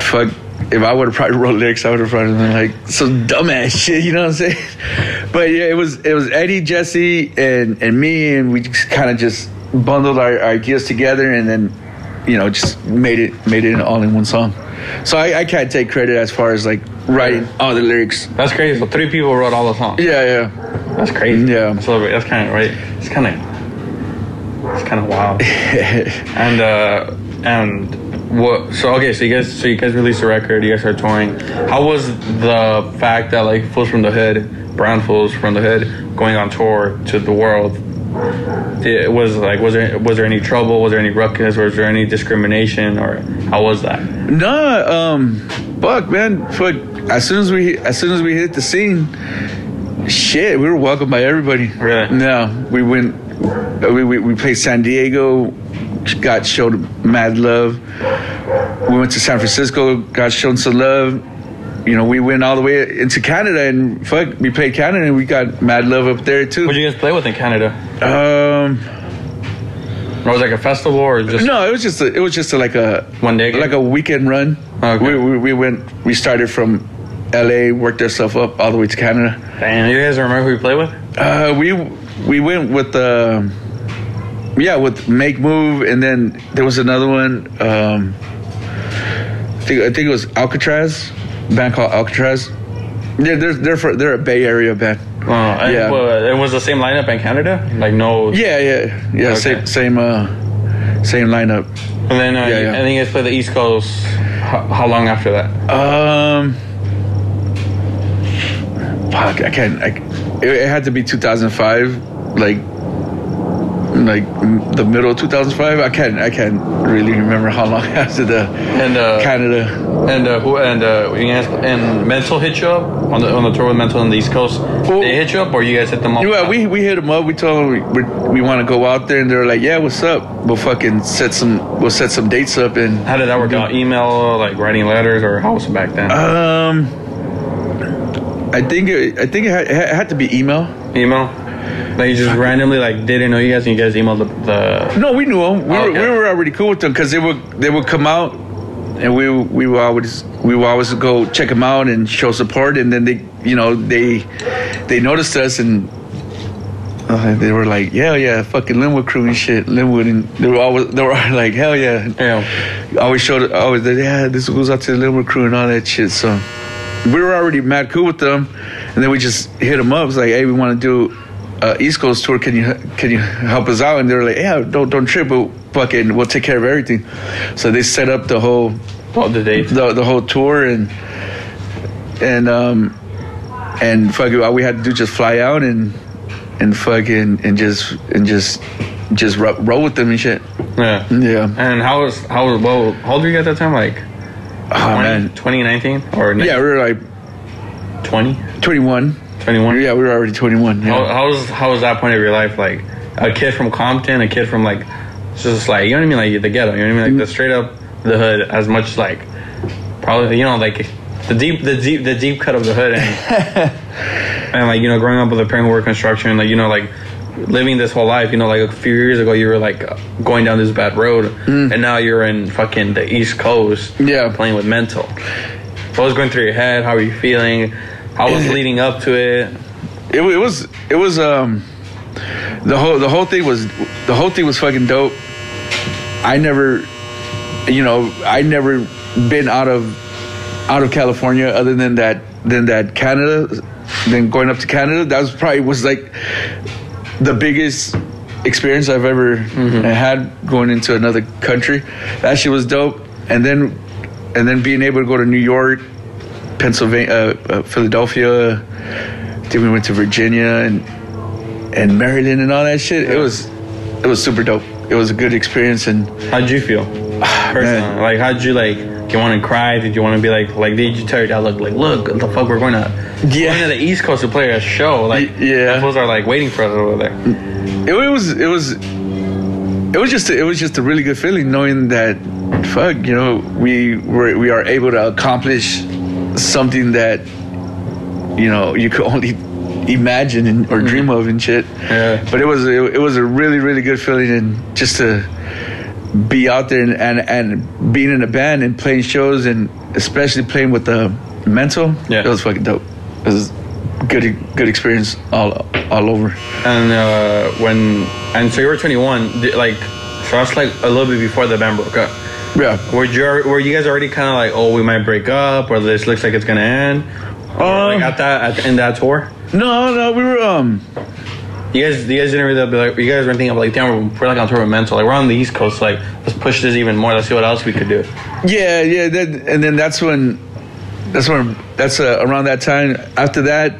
Speaker 2: fuck if I would have probably wrote lyrics I would have probably been like some dumbass shit you know what I'm saying [LAUGHS] but yeah it was it was Eddie Jesse and and me and we just kind of just bundled our, our ideas together and then you know, just made it made it all in one song. So I, I can't take credit as far as like writing all the lyrics.
Speaker 1: That's crazy. So three people wrote all the songs.
Speaker 2: Yeah, yeah.
Speaker 1: That's crazy.
Speaker 2: Yeah.
Speaker 1: So that's kind of right. It's kind of. It's kind of
Speaker 2: [LAUGHS]
Speaker 1: wild. and uh, and what? So okay. So you guys. So you guys released a record. You guys started touring. How was the fact that like fools from the hood, brown fools from the hood, going on tour to the world? It was like was there was there any trouble? Was there any ruckus? Was there any discrimination? Or how was that?
Speaker 2: Nah, um, fuck, man, fuck. As soon as we as soon as we hit the scene, shit, we were welcomed by everybody.
Speaker 1: Really?
Speaker 2: No, we went. We we, we played San Diego, got showed mad love. We went to San Francisco, got shown some love. You know, we went all the way into Canada and fuck, we played Canada and we got mad love up there too.
Speaker 1: What did you guys play with in Canada?
Speaker 2: Um,
Speaker 1: Or was it like a festival or just
Speaker 2: no, it was just a, it was just a, like a
Speaker 1: One day gig?
Speaker 2: like a weekend run.
Speaker 1: Okay.
Speaker 2: We, we we went we started from L.A. worked ourselves up all the way to Canada.
Speaker 1: Damn, you guys remember who you played with?
Speaker 2: Uh, we we went with um yeah with Make Move and then there was another one. Um, I think I think it was Alcatraz, band called Alcatraz. Yeah, they're they're for, they're a Bay Area band.
Speaker 1: Oh, and
Speaker 2: Yeah.
Speaker 1: well, it was the same lineup in Canada. Like no.
Speaker 2: Yeah, yeah, yeah.
Speaker 1: Okay.
Speaker 2: Same same uh same lineup.
Speaker 1: And then uh,
Speaker 2: Yeah, yeah.
Speaker 1: and then you guys played the East Coast. How, how long after that?
Speaker 2: Um, fuck, I can't. I, it, it had to be 2005, like, like m- the middle of 2005. I can't. I can't really remember how long [LAUGHS] after the
Speaker 1: And uh,
Speaker 2: Canada.
Speaker 1: and uh, who and uh, you guys and Mental hit you up on the on the tour with Mental on the East Coast.
Speaker 2: Well-
Speaker 1: they hit you up, or you guys hit them up?
Speaker 2: Yeah, we we hit them up. We told them we, we, we want to go out there, and they're like, "Yeah, what's up? We'll fucking set some. We'll set some dates up." And
Speaker 1: How did that work out? Email, like writing letters, or how was it back then?
Speaker 2: Um, I think it, I think it had, it had to be email.
Speaker 1: Email? Like you just randomly like didn't know you guys and you guys emailed the, the
Speaker 2: No, we knew them. We,
Speaker 1: Oh,
Speaker 2: were,
Speaker 1: okay.
Speaker 2: we were already cool with them because they would they would come out, and we we would always we would always go check them out and show support. And then they you know they they noticed us and uh, they were like, yeah, yeah, fucking Linwood crew and shit, Linwood, and they were always they were [LAUGHS] like, hell yeah,
Speaker 1: yeah.
Speaker 2: always showed always that yeah this goes out to the Limber crew and all that shit so we were already mad cool with them and then we just hit them up it's like hey we want to do uh, East Coast tour can you can you help us out and they were like yeah don't don't trip but fucking we'll take care of everything so they set up the whole
Speaker 1: Well, the date.
Speaker 2: the, the whole tour and and um and fucking all we had to do just fly out and and fucking and just and just just ro- roll with them and shit
Speaker 1: Yeah.
Speaker 2: yeah
Speaker 1: And how was how was well how old were you guys at that time? Like
Speaker 2: oh
Speaker 1: 20,
Speaker 2: man
Speaker 1: 2019 or
Speaker 2: yeah we were like
Speaker 1: 20,
Speaker 2: 21
Speaker 1: 21?
Speaker 2: Yeah, we were already 21. Yeah.
Speaker 1: How, how was how was that point of your life? Like a kid from Compton, a kid from like just like you know what I mean, like the ghetto. You know what I
Speaker 2: Mm.
Speaker 1: mean, like the straight up the hood. As much like probably you know like the deep the deep the deep cut of the hood and
Speaker 2: [LAUGHS]
Speaker 1: and like you know growing up with a parent who worked construction, like you know like living this whole life. You know like a few years ago you were like going down this bad road, and now you're in fucking the East Coast.
Speaker 2: Mm. Yeah.
Speaker 1: playing with mental. What was going through your head? How were you feeling? How
Speaker 2: [CLEARS THROAT]
Speaker 1: was leading up to it?
Speaker 2: It, wa- it was it was um the whole the whole thing was the whole thing was fucking dope. I never you know, I never been out of out of California other than that than that Canada than going up to Canada. That was probably was like the biggest experience I've ever had going into another country. That shit was dope. And then and then being able to go to New York, Pennsylvania, uh, uh, Philadelphia. Then we went to Virginia and and Maryland and all that shit. It was it was super dope. It was a good experience and
Speaker 1: How'd you feel? [SIGHS] Personally,
Speaker 2: man.
Speaker 1: like how'd you like? Do you want to cry? Did you want to be like like? Did you tell your dad look like look what the fuck we're going to
Speaker 2: Yeah.
Speaker 1: going to the East Coast to play a show? Like
Speaker 2: Y- yeah.
Speaker 1: those are like waiting for us over there.
Speaker 2: it, it was it was it was just a, it was just a really good feeling knowing that fuck you know we were we are able to accomplish something that you know you could only imagine and, or dream of and shit
Speaker 1: Yeah.
Speaker 2: but it was it, it was a really really good feeling and just to be out there and, and and being in a band and playing shows and especially playing with the mental
Speaker 1: Yeah.
Speaker 2: it was fucking dope it was good good experience all all over
Speaker 1: And uh, when and so you were 21, di- like so that's like a little bit before the band broke up.
Speaker 2: yeah
Speaker 1: Were you al- were you guys already kind of like oh we might break up or this looks like it's gonna end? Or, like
Speaker 2: Um,
Speaker 1: at that at, in that tour,
Speaker 2: No, no, we were um
Speaker 1: you guys you guys didn't really be like you guys were thinking of like damn we're, we're like on tour with mental like we're on the East Coast like let's push this even more let's see what else we could do.
Speaker 2: yeah, yeah, that, and then that's when that's when that's uh, around that time after that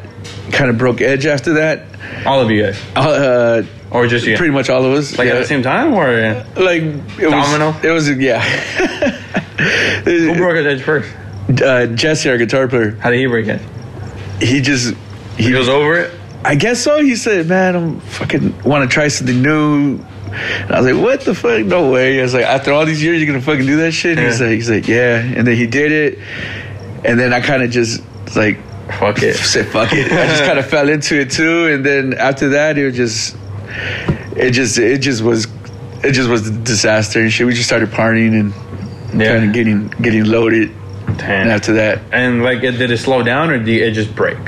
Speaker 2: kind of broke edge after that.
Speaker 1: All of you guys,
Speaker 2: Uh
Speaker 1: or just you?
Speaker 2: pretty much all of us.
Speaker 1: like
Speaker 2: yeah.
Speaker 1: at the same time, or
Speaker 2: like it
Speaker 1: Domino?
Speaker 2: was it was yeah. [LAUGHS]
Speaker 1: who broke his edge first?
Speaker 2: uh, Jesse, our guitar player,
Speaker 1: How did he break it?
Speaker 2: he just
Speaker 1: He was over it.
Speaker 2: I guess so. He said, "Man, I'm fucking want to try something new." And I was like, "What the fuck? No way!" I was like, "After all these years, you're gonna fucking do that shit?" He's
Speaker 1: Yeah.
Speaker 2: like, "He's like, yeah." And then he did it, and then I kind of just like
Speaker 1: Fuck it.
Speaker 2: said, "Fuck it." [LAUGHS] I just kind of fell into it too, and then after that, it was just, it just, it just was, it just was a disaster and shit. We just started partying and
Speaker 1: Yeah.
Speaker 2: kind of getting getting loaded, and
Speaker 1: Damn.
Speaker 2: after that,
Speaker 1: And like, it, did it slow down or did it just break?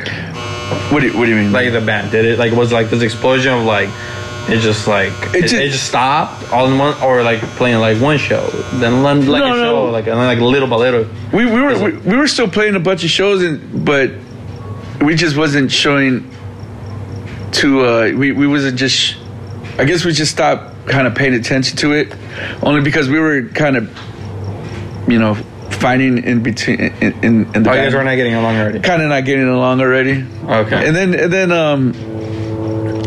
Speaker 2: what do you, what do you mean?
Speaker 1: Like the band did it? Like was like this explosion of like it just like
Speaker 2: It
Speaker 1: it,
Speaker 2: ju-
Speaker 1: it, just stopped all in one, or like playing like one show, then one, like
Speaker 2: No,
Speaker 1: a
Speaker 2: no.
Speaker 1: show, like and then like little by little. Oh,
Speaker 2: we, we were we, we were still playing a bunch of shows and but we just wasn't showing to uh we, we wasn't just sh- i guess we just stopped kind of paying attention to it only because we were kind of you know finding in between in in, in the
Speaker 1: Oh, you guys were not getting along already.
Speaker 2: kind of not getting along already
Speaker 1: Okay.
Speaker 2: and then and then um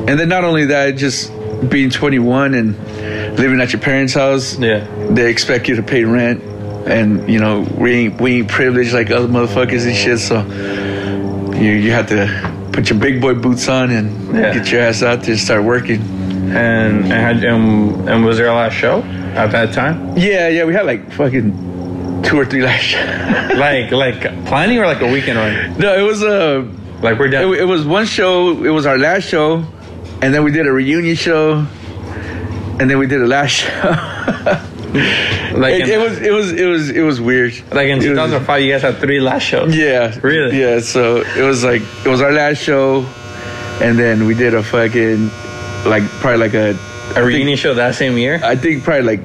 Speaker 2: and then not only that just being 21 and living at your parents house
Speaker 1: yeah.
Speaker 2: they expect you to pay rent and you know we ain't we ain't privileged like other motherfuckers and shit so you you have to put your big boy boots on and
Speaker 1: Yeah.
Speaker 2: get your ass out there and start working
Speaker 1: And and, had, and and was your last show at that time?
Speaker 2: [LAUGHS] yeah yeah we had like fucking two or three [LAUGHS] last
Speaker 1: like like planning or like a weekend run?
Speaker 2: no it was uh
Speaker 1: Like we're
Speaker 2: It,
Speaker 1: done.
Speaker 2: it was one show. It was our last show, and then we did a reunion show, and then we did a last show.
Speaker 1: Like
Speaker 2: [LAUGHS]
Speaker 1: in-
Speaker 2: it, it was it was it was it was weird.
Speaker 1: like in
Speaker 2: It was-
Speaker 1: 2005, you guys had three last shows.
Speaker 2: Yeah.
Speaker 1: Really?
Speaker 2: Yeah. So it was like it was our last show, and then we did a fucking like probably like a
Speaker 1: A reunion show that same year.
Speaker 2: I think probably like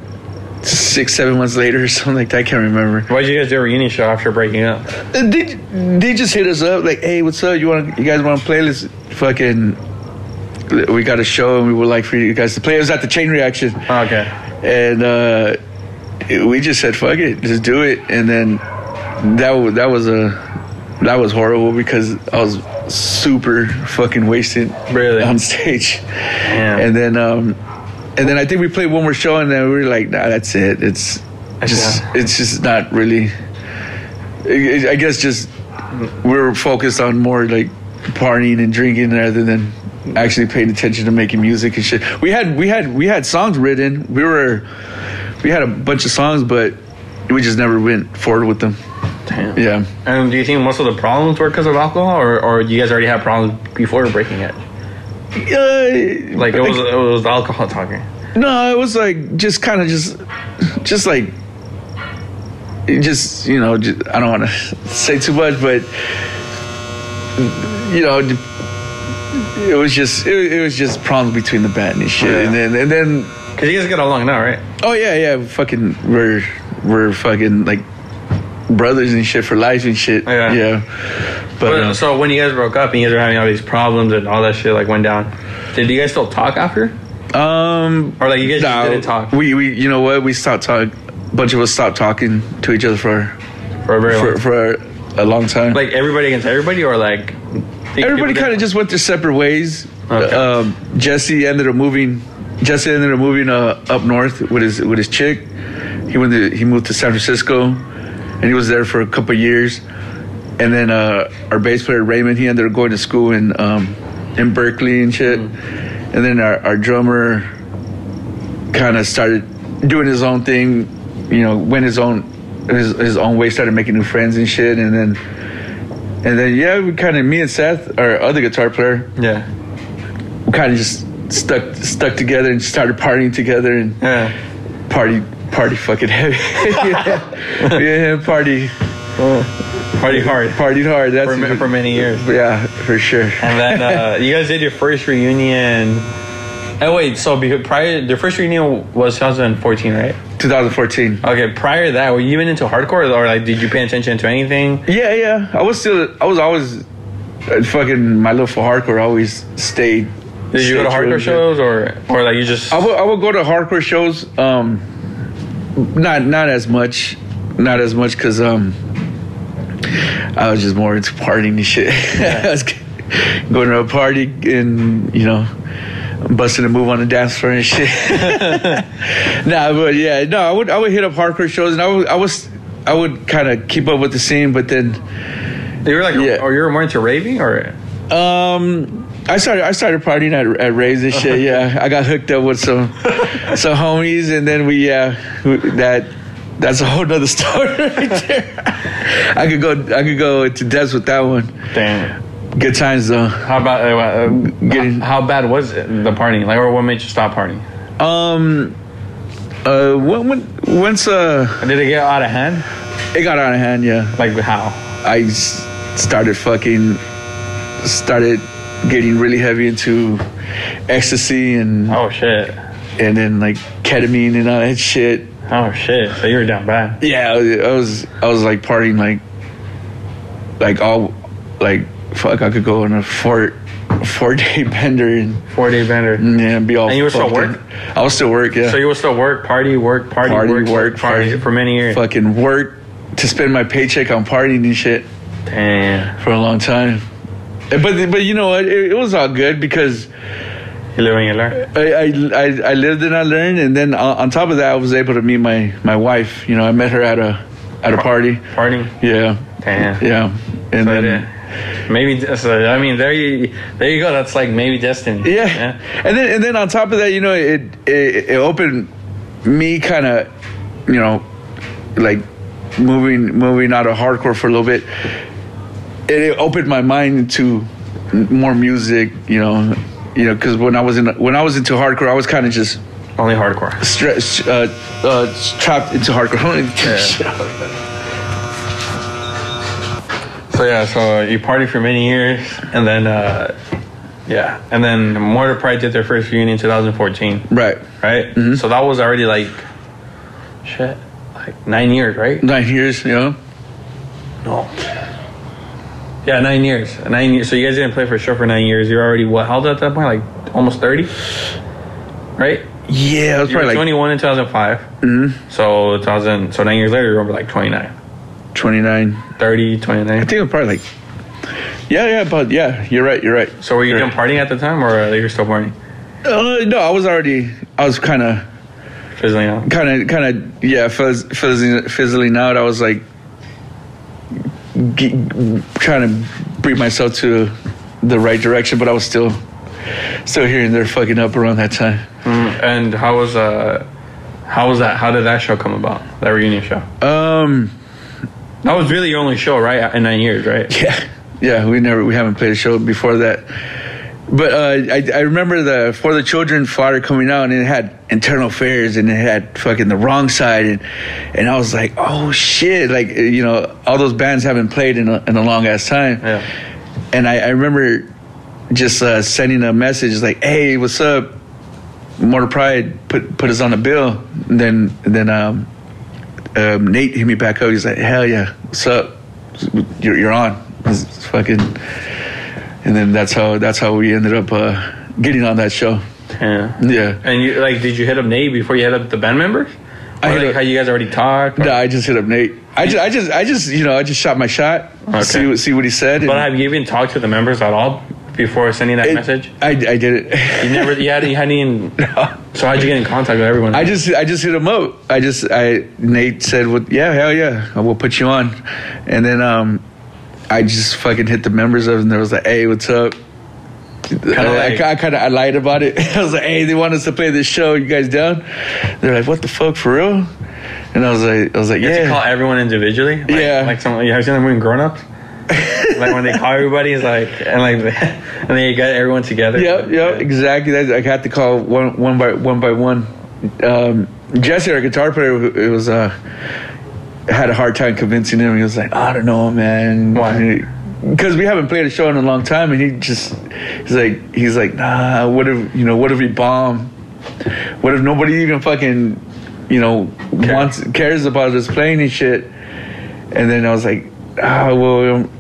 Speaker 2: six seven months later or [LAUGHS] something like that. I can't remember.
Speaker 1: Why'd you guys do a reunion show after breaking up?
Speaker 2: Uh, They they just hit us up like, hey, what's up? You want you guys want to play? Let's fucking. We got a show and we would like for you guys to play. It was at the Chain Reaction.
Speaker 1: Okay.
Speaker 2: and uh, it- we just said fuck it, just do it. And then that wa- that was a that was horrible because I was super fucking wasted
Speaker 1: Really?
Speaker 2: on stage. And then um, and then I think we played one more show, and then we were like, nah, that's it. It's just it's just not really. I I- I guess just we were focused on more like partying and drinking rather than actually paying attention to making music and shit. We had we had we had songs written. We were we had a bunch of songs, but we just never went forward with them.
Speaker 1: Damn.
Speaker 2: Yeah.
Speaker 1: And do you think most of the problems were because of alcohol, or, or you guys already had problems before breaking it?
Speaker 2: Uh,
Speaker 1: Like it was it was the alcohol talking.
Speaker 2: no, it was like just kind of just just like it just you know just, I don't want to [LAUGHS] say too much, but you know. It was just it, it was just problems between the band and
Speaker 1: Oh,
Speaker 2: shit, and then and then
Speaker 1: Cause you guys get along now, right?
Speaker 2: Oh yeah, yeah. Fucking, we're we're fucking like brothers and shit for life and shit.
Speaker 1: Yeah.
Speaker 2: yeah. But,
Speaker 1: But
Speaker 2: uh,
Speaker 1: so when you guys broke up and you guys were having all these problems and all that shit like went down, did you guys still talk after?
Speaker 2: um,
Speaker 1: Or like you guys
Speaker 2: nah,
Speaker 1: just didn't talk
Speaker 2: We we you know what? We stopped talking. Bunch of us stopped talking to each other for
Speaker 1: for a very long
Speaker 2: for for a long time.
Speaker 1: like everybody against everybody or like
Speaker 2: everybody kind of just went their separate ways.
Speaker 1: Okay.
Speaker 2: Um, Jesse ended up moving. Jesse ended up moving uh, up north with his with his chick. He went to he moved to San Francisco, and he was there for a couple of years. And then uh, our bass player Raymond, he ended up going to school in um, in Berkeley and shit.
Speaker 1: Mm-hmm.
Speaker 2: And then our, our drummer kind of started doing his own thing. You know, went his own his, his own way. Started making new friends and shit. And then and then yeah, we kind of me and Seth, our other guitar player,
Speaker 1: yeah
Speaker 2: we kind of just stuck stuck together and started partying together and
Speaker 1: yeah
Speaker 2: party party fucking heavy. [LAUGHS] yeah. yeah, party
Speaker 1: party hard
Speaker 2: partied hard. That's
Speaker 1: for, ma- for many years.
Speaker 2: yeah, for sure.
Speaker 1: [LAUGHS] And then uh, you guys did your first reunion. Oh wait, so be- prior the first reunion was 2014, right?
Speaker 2: 2014.
Speaker 1: Okay, prior to that, were you even into hardcore or like did you pay attention to anything?
Speaker 2: Yeah, yeah. I was still I was always uh, fucking my love for hardcore always stayed.
Speaker 1: Did you go to
Speaker 2: stayed true
Speaker 1: hardcore
Speaker 2: it.
Speaker 1: shows or or like you just
Speaker 2: I would, I would go to hardcore shows. Um, not not as much, not as much because um, I was just more into partying and shit. [LAUGHS] I was going to a party and you know, busting a move on the dance floor and shit. [LAUGHS] nah, but yeah, no, I would I would hit up hardcore shows and I would I was I would kind of keep up with the scene, but then.
Speaker 1: you were like
Speaker 2: Yeah.
Speaker 1: or you were more into raving or
Speaker 2: Um, I started I started partying at, at Ray's and shit. Yeah, I got hooked up with some some homies, and then we uh we- that that's a whole nother [LAUGHS] story right there. I could go I could go into depth with that one.
Speaker 1: damn.
Speaker 2: Good times though.
Speaker 1: How about uh, uh,
Speaker 2: Getting-
Speaker 1: how, how bad was it, the partying? Like, or what made you stop partying?
Speaker 2: Um, uh, when, when once uh
Speaker 1: Did it get out of hand?
Speaker 2: it got out of hand, yeah,
Speaker 1: Like how?
Speaker 2: I s- started fucking started getting really heavy into ecstasy and
Speaker 1: Oh shit!
Speaker 2: and then like ketamine and all that shit.
Speaker 1: Oh shit! So you were down bad.
Speaker 2: Yeah, I was I was like partying like like all like fuck I could go on a four four day [LAUGHS] bender and
Speaker 1: Four day bender.
Speaker 2: yeah be all
Speaker 1: And you were still
Speaker 2: fucked
Speaker 1: work?
Speaker 2: up. I was still work, yeah.
Speaker 1: Mm. So you would still work, party, work, party,
Speaker 2: Party,
Speaker 1: work,
Speaker 2: work,
Speaker 1: party,
Speaker 2: party.
Speaker 1: for many years.
Speaker 2: fucking work to spend my paycheck on partying and shit
Speaker 1: Damn.
Speaker 2: for a long time. Eh, But but you know what it, it was all good because
Speaker 1: You live and you learn.
Speaker 2: I, I, I I lived and I learned and then on on top of that I was able to meet my, my wife. You know I met her at a at a party.
Speaker 1: Partying.
Speaker 2: Yeah,
Speaker 1: Damn.
Speaker 2: yeah. And
Speaker 1: But,
Speaker 2: then
Speaker 1: uh, Maybe so, I mean there you there you go. That's like maybe destiny.
Speaker 2: Yeah. And then and then on top of that, you know, it it, it opened me kind of, you know, like moving moving out of hardcore for a little bit. it, it opened my mind to more music, you know, you know, because when I was in when I was into hardcore, I was kind of just
Speaker 1: Only hardcore.
Speaker 2: stra- st- uh, uh, trapped into hardcore. [LAUGHS]
Speaker 1: So yeah, so you party for many years, and then uh, yeah, and then Mortar Pride did their first reunion in 2014,
Speaker 2: right,
Speaker 1: right? So that was already like shit, like nine years, right?
Speaker 2: nine years, you know.
Speaker 1: No. Yeah, nine years. Nine years. So you guys didn't play for a show for nine years. You're already what? How old at that point? Like almost thirty, right?
Speaker 2: Yeah, I was
Speaker 1: You were
Speaker 2: probably like
Speaker 1: 21 in 2005. Mm-hmm. So 2000. So nine years later, you're over like 29,
Speaker 2: 29.
Speaker 1: 30,
Speaker 2: I
Speaker 1: 29.
Speaker 2: think I'm probably like, yeah, yeah, but yeah, you're right, you're right.
Speaker 1: So were you done partying at the time, or uh, you're still partying,
Speaker 2: Uh, no, I was already, I was kind of,
Speaker 1: fizzling out?
Speaker 2: kind of, kind of, yeah, fizz, fizzling, fizzling out. I was like, g- trying to bring myself to the right direction, but I was still, still here and there fucking up around that time. Mm-hmm.
Speaker 1: Mm, And how was uh, how was that? How did that show come about? That reunion show.
Speaker 2: Um,
Speaker 1: That was really your only show, right? In nine years, right? [LAUGHS]
Speaker 2: yeah, yeah, we never, we haven't played a show before that. But uh, I, I remember the For the Children flyer coming out, and it had internal affairs, and it had fucking the wrong side, and and I was like, oh shit, like you know, all those bands haven't played in a, in a long ass time.
Speaker 1: Yeah.
Speaker 2: And I, I remember just uh, sending a message like, hey, what's up? Mortar Pride put put us on the bill. And then and then um, um, Nate hit me back up. He's like, hell yeah, what's up? You're you're on. It's- it's fucking. And then that's how that's how we ended up uh, getting on that show.
Speaker 1: Yeah.
Speaker 2: Yeah.
Speaker 1: And you like, did you hit up Nate before you hit up the band members?
Speaker 2: I
Speaker 1: Or,
Speaker 2: hit
Speaker 1: like
Speaker 2: up-
Speaker 1: how you guys already talked. or-
Speaker 2: No, I just hit up Nate. I just, I just, I just, you know, I just shot my shot.
Speaker 1: Okay.
Speaker 2: See, what- see what he said. and
Speaker 1: But have you even talked to the members at all before sending that
Speaker 2: it-
Speaker 1: message?
Speaker 2: I, I did it.
Speaker 1: You never, you hadn't, you hadn't
Speaker 2: [LAUGHS]
Speaker 1: even. So how'd you get in contact with everyone?
Speaker 2: I just I just hit him up. I just I Nate said, "Well, yeah, hell yeah, I will put you on," and then um, I just fucking hit the members of, and there was like, "Hey, what's up?" I,
Speaker 1: like-
Speaker 2: I, kind of I lied about it. [LAUGHS] I was like, "Hey, they want us to play this show. You guys down?" They're like, "What the fuck, for real?" And I was like, "I was like,
Speaker 1: you have to call
Speaker 2: yeah."
Speaker 1: everyone individually. Like,
Speaker 2: Yeah.
Speaker 1: Like some, you have seen them when grown
Speaker 2: [LAUGHS]
Speaker 1: ups. like when they call everybody, it's like and like [LAUGHS] and they got everyone together.
Speaker 2: Yep, yep, exactly. That, I had to call one one by one by one. Um, Jesse, our guitar player, who- it was uh, had a hard time convincing him. He was like, "I don't know, man."
Speaker 1: Why?
Speaker 2: Because we haven't played a show in a long time, and he just he's like he's like, "Nah, what if you know? What if we bomb? What if nobody even fucking you know wants cares about us playing and shit?" And then I was like, "Ah, well." I'm,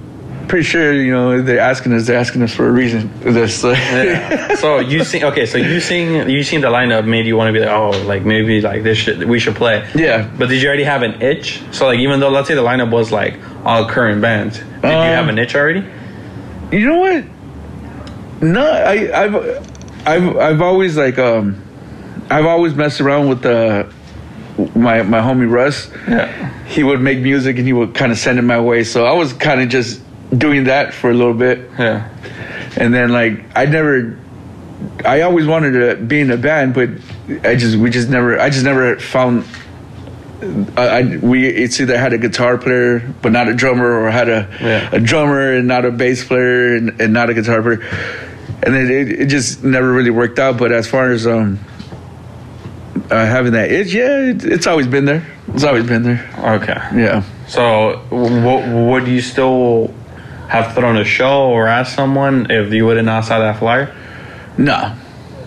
Speaker 2: Pretty sure, you know, they're asking us. They're asking us for a reason. [LAUGHS] This, uh,
Speaker 1: Yeah. So you seen okay? So you seen you seen the lineup made you want to be like oh like maybe like this should we should play
Speaker 2: Yeah.
Speaker 1: But did you already have an itch? So like even though let's say the lineup was like all current bands, did you
Speaker 2: Um,
Speaker 1: have an itch already?
Speaker 2: You know what? No, I, I've, I've, I've always like, um, I've always messed around with uh, my my homie Russ.
Speaker 1: Yeah.
Speaker 2: He would make music and he would kind of send it my way. So I was kind of just doing that for a little bit,
Speaker 1: Yeah.
Speaker 2: and then like I never, I always wanted to be in a band, but I just we just never I just never found. I, I we it's either had a guitar player but not a drummer or had a
Speaker 1: Yeah.
Speaker 2: a drummer and not a bass player and, and not a guitar player and then it, it just never really worked out but as far as um uh, having that itch yeah it, it's always been there it's always been there
Speaker 1: Okay.
Speaker 2: yeah
Speaker 1: So, what would you still have thrown a show or asked someone if you would have not saw that flyer?
Speaker 2: nah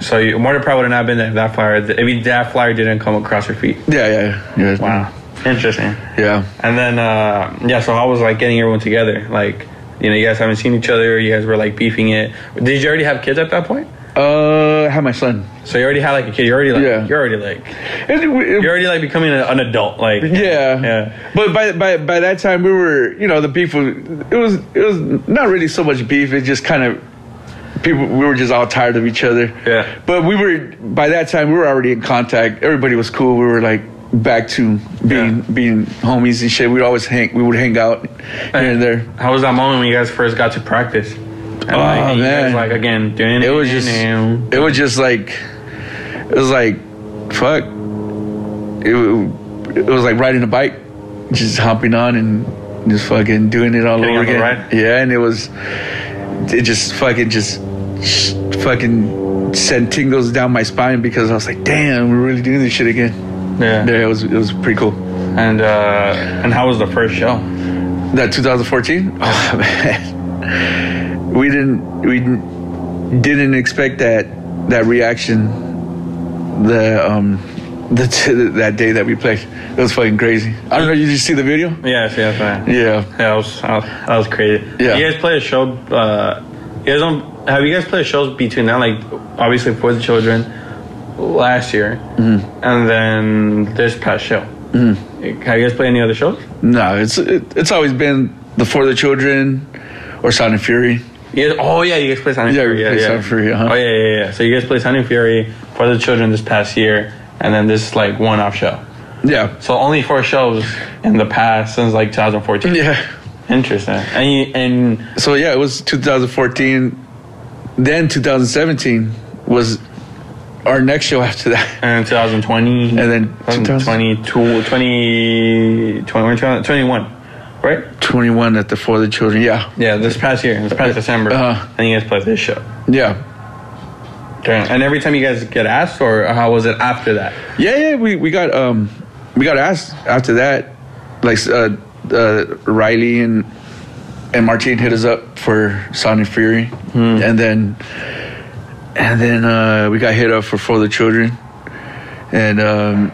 Speaker 1: So, you, Mortar Pride would have not been there if that flyer. I mean, that flyer didn't come across your feet.
Speaker 2: yeah yeah yeah
Speaker 1: Wow, interesting.
Speaker 2: yeah
Speaker 1: And then, uh, yeah. So, I was like getting everyone together. Like, you know, you guys haven't seen each other. You guys were like beefing it. Did you already have kids at that point?
Speaker 2: uh I had my son
Speaker 1: So you already had like a kid. You're already like
Speaker 2: Yeah.
Speaker 1: you're already like
Speaker 2: And it- it-
Speaker 1: you're already like becoming a, an adult. Like
Speaker 2: Yeah.
Speaker 1: Yeah.
Speaker 2: But by by by that time we were, you know, the people it was it was not really so much beef, it just kind of people we were just all tired of each other.
Speaker 1: Yeah.
Speaker 2: But we were by that time we were already in contact. Everybody was cool. We were like back to being
Speaker 1: Yeah.
Speaker 2: being homies and shit. We'd always hang we would hang out here and there.
Speaker 1: How was that moment when you guys first got to practice? And oh
Speaker 2: Oh,
Speaker 1: you
Speaker 2: man.
Speaker 1: guys, like again doing
Speaker 2: It
Speaker 1: [LAUGHS]
Speaker 2: was just it was just like it was like fuck. It, wa- it was like riding a bike, just hopping on and just fucking doing it all
Speaker 1: Getting
Speaker 2: over
Speaker 1: on the
Speaker 2: again.
Speaker 1: ride?
Speaker 2: Yeah, and it was, it just fucking just sh- fucking sent tingles down my spine because I was like, damn, we're really doing this shit again.
Speaker 1: Yeah.
Speaker 2: Yeah, it was it was pretty cool.
Speaker 1: And uh, and how was the first show?
Speaker 2: Oh. That 2014? Oh [LAUGHS] man, we didn't we didn't didn't expect that that reaction. The um [LAUGHS] the that day that we played, it was fucking crazy. I don't know. Did you see the video?
Speaker 1: Yes, yes, I,
Speaker 2: Yeah.
Speaker 1: yeah, I was, I was, I was crazy.
Speaker 2: Yeah.
Speaker 1: You guys play a show. Uh, you guys don't have you guys played shows between now, like obviously for the children last year,
Speaker 2: Mm-hmm.
Speaker 1: and then this past show. Mm. Have you guys played any other shows?
Speaker 2: No, it's it, it's always been the For the Children or Sound and Fury.
Speaker 1: Yeah. Oh yeah, you guys play Sonic
Speaker 2: Yeah, we
Speaker 1: Fury.
Speaker 2: play Sonic Fury, uh-huh.
Speaker 1: Oh yeah, yeah, yeah. So you guys play Sonic Fury for the children this past year, and then this like one-off show.
Speaker 2: Yeah,
Speaker 1: So only four shows in the past since like 2014.
Speaker 2: [LAUGHS] yeah.
Speaker 1: Interesting. And you, and
Speaker 2: So yeah, it was 2014. Then 2017 was our next show after that. [LAUGHS]
Speaker 1: and 2020.
Speaker 2: And then
Speaker 1: 2022, 20, 21, 21, right?
Speaker 2: 21 at the For the Children. Yeah,
Speaker 1: Yeah, this past year, this past December,
Speaker 2: Uh-huh.
Speaker 1: and you guys played this show.
Speaker 2: yeah,
Speaker 1: Damn. And every time you guys get asked, or how was it after that?
Speaker 2: yeah, yeah. We we got um we got asked after that, like uh, uh Riley and and Martine hit us up for Sound and Fury, and then and then uh, we got hit up for For the Children, and um,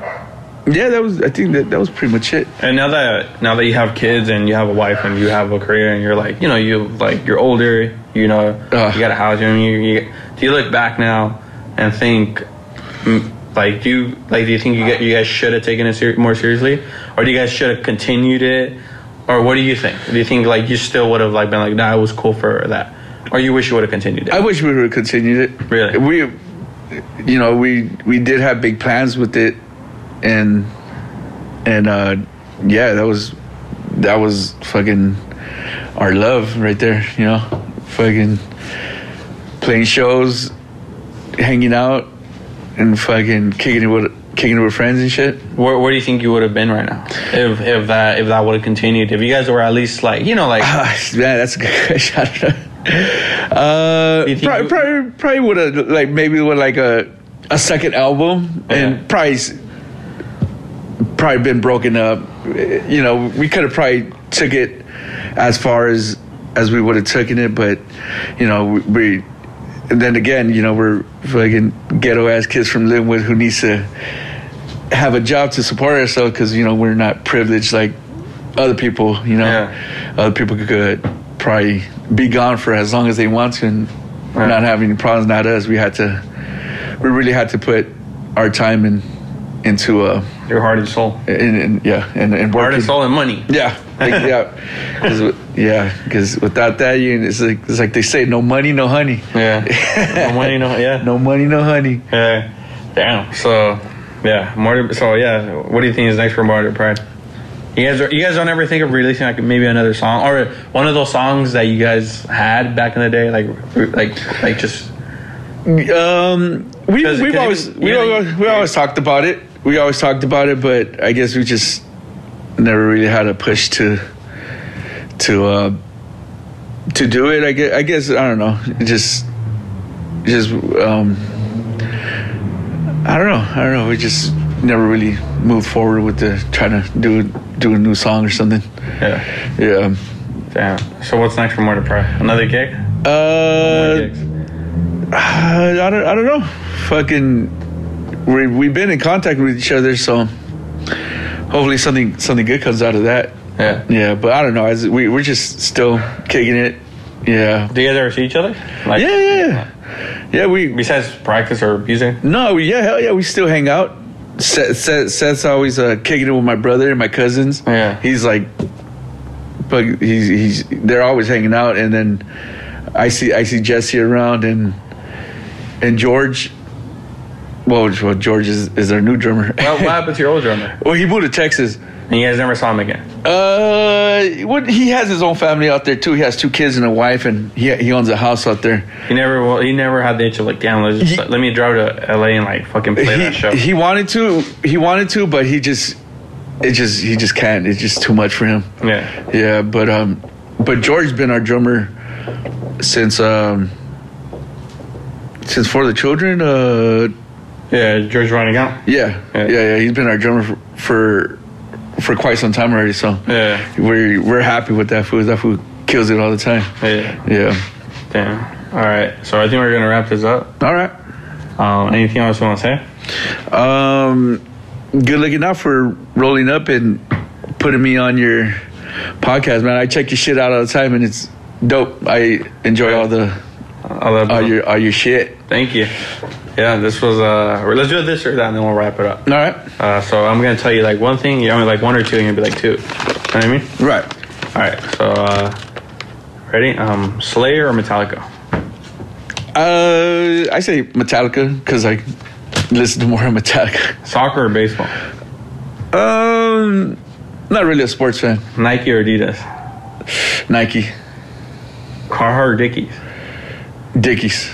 Speaker 2: yeah, that was I think that that was pretty much it.
Speaker 1: And now that now that you have kids and you have a wife and you have a career and you're like you know you like you're older you know
Speaker 2: Ugh.
Speaker 1: you got a house you know you, you do you look back now and think mm, like do you like do you think you get you guys should have taken it ser- more seriously or do you guys should have continued it or what do you think do you think like you still would have like been like nah it was cool for that or you wish you would have continued it
Speaker 2: I wish we would have continued it.
Speaker 1: Really?
Speaker 2: We, you know, we we did have big plans with it, and and uh, yeah, that was that was fucking our love right there. You know, fucking playing shows, hanging out, and fucking kicking it with kicking it with friends and shit.
Speaker 1: where, where do you think you would have been right now if if that if that would have continued if you guys were at least like you know like
Speaker 2: [LAUGHS] [SIGHS] Man, that's a good question. [LAUGHS] I don't know. Uh,
Speaker 1: You think
Speaker 2: probably,
Speaker 1: you-
Speaker 2: probably, probably would have like maybe with like a a second album
Speaker 1: Yeah.
Speaker 2: and probably s- probably been broken up. You know, we could have probably took it as far as as we would have taken it, but you know, we. we and then again, you know, we're fucking ghetto ass kids from Linwood who needs to have a job to support ourselves because you know we're not privileged like other people. You know,
Speaker 1: Yeah.
Speaker 2: other people could probably be gone for as long as they want to and
Speaker 1: Right.
Speaker 2: not have any problems. Not us. We had to. We really had to put our time in into uh
Speaker 1: your heart and soul
Speaker 2: in, in yeah and and
Speaker 1: heart and
Speaker 2: working.
Speaker 1: soul and money
Speaker 2: Yeah,
Speaker 1: [LAUGHS]
Speaker 2: like, yeah, because yeah, 'cause without that, you it's like it's like they say, no money, no honey.
Speaker 1: [LAUGHS] Yeah. no money, no yeah.
Speaker 2: No money, no honey.
Speaker 1: Yeah. Damn. So yeah, Marty so yeah, what do you think is next for Marty Pride? You guys, are, you guys don't ever think of releasing like maybe another song or one of those songs that you guys had back in the day, like like like just
Speaker 2: Um, we,
Speaker 1: 'Cause-
Speaker 2: we've
Speaker 1: 'cause
Speaker 2: always
Speaker 1: even-
Speaker 2: we,
Speaker 1: yeah,
Speaker 2: always, we
Speaker 1: yeah.
Speaker 2: always talked about it. We always talked about it, but I guess we just never really had a push to to uh, to do it. I guess, I guess I don't know. It just just um, I don't know. I don't know. We just never really moved forward with the trying to do do a new song or something.
Speaker 1: yeah.
Speaker 2: Yeah.
Speaker 1: Damn. So what's next for Marty Pride? Another gig? Another
Speaker 2: Uh,
Speaker 1: gigs?
Speaker 2: Uh, I don't. I don't know. Fucking, we we've been in contact with each other, so hopefully something something good comes out of that.
Speaker 1: yeah.
Speaker 2: Yeah, but I don't know. As we we're just still kicking it. Yeah.
Speaker 1: Do you guys ever see each other? Like
Speaker 2: Yeah, yeah, yeah. Yeah, we
Speaker 1: besides practice or music?
Speaker 2: no, we, yeah, hell yeah, we still hang out. Seth, Seth, Seth's always uh, kicking it with my brother and my cousins.
Speaker 1: Yeah.
Speaker 2: he's like, but he's he's they're always hanging out, and then I see I see Jesse around and and George. Well, well George is, is our new drummer.
Speaker 1: What, what happened to your old drummer?
Speaker 2: [LAUGHS] well, he moved to Texas.
Speaker 1: And you guys never saw him again.
Speaker 2: Uh, what he has his own family out there too. He has two kids and a wife, and he he owns a house out there.
Speaker 1: He never well, he never had the itch of like, damn, let's just,
Speaker 2: He-
Speaker 1: let me drive to LA and like fucking play
Speaker 2: he,
Speaker 1: that show.
Speaker 2: he wanted to he wanted to but he just it just he just can't. It's just too much for him.
Speaker 1: Yeah.
Speaker 2: Yeah, but um, but George's been our drummer since um, since for the children. Uh,
Speaker 1: Yeah, George running out.
Speaker 2: yeah,
Speaker 1: Yeah.
Speaker 2: yeah, yeah. He's been our drummer for for, for quite some time already. So
Speaker 1: Yeah.
Speaker 2: we're we're happy with that food. That food kills it all the time.
Speaker 1: Yeah.
Speaker 2: Yeah.
Speaker 1: Damn. All right. So I think we're gonna wrap this up.
Speaker 2: All right.
Speaker 1: Um, anything else you want to say?
Speaker 2: Um, good looking out for rolling up and putting me on your podcast, man. I check your shit out all the time, and it's dope. I enjoy all the
Speaker 1: I love
Speaker 2: all
Speaker 1: you.
Speaker 2: your all your shit.
Speaker 1: Thank you. Yeah, this was uh. Let's do it this or that, and then we'll wrap it up.
Speaker 2: All right,
Speaker 1: Uh, so I'm gonna tell you like one thing. You're only like one or two, and you'll be like two. You know what I mean?
Speaker 2: right.
Speaker 1: All right. So uh, ready? Um, Slayer or Metallica?
Speaker 2: Uh, I say Metallica because I listen to more Metallica.
Speaker 1: Soccer or baseball?
Speaker 2: Um, not really a sports fan.
Speaker 1: Nike or Adidas?
Speaker 2: Nike,
Speaker 1: Carhartt or Dickies?
Speaker 2: Dickies,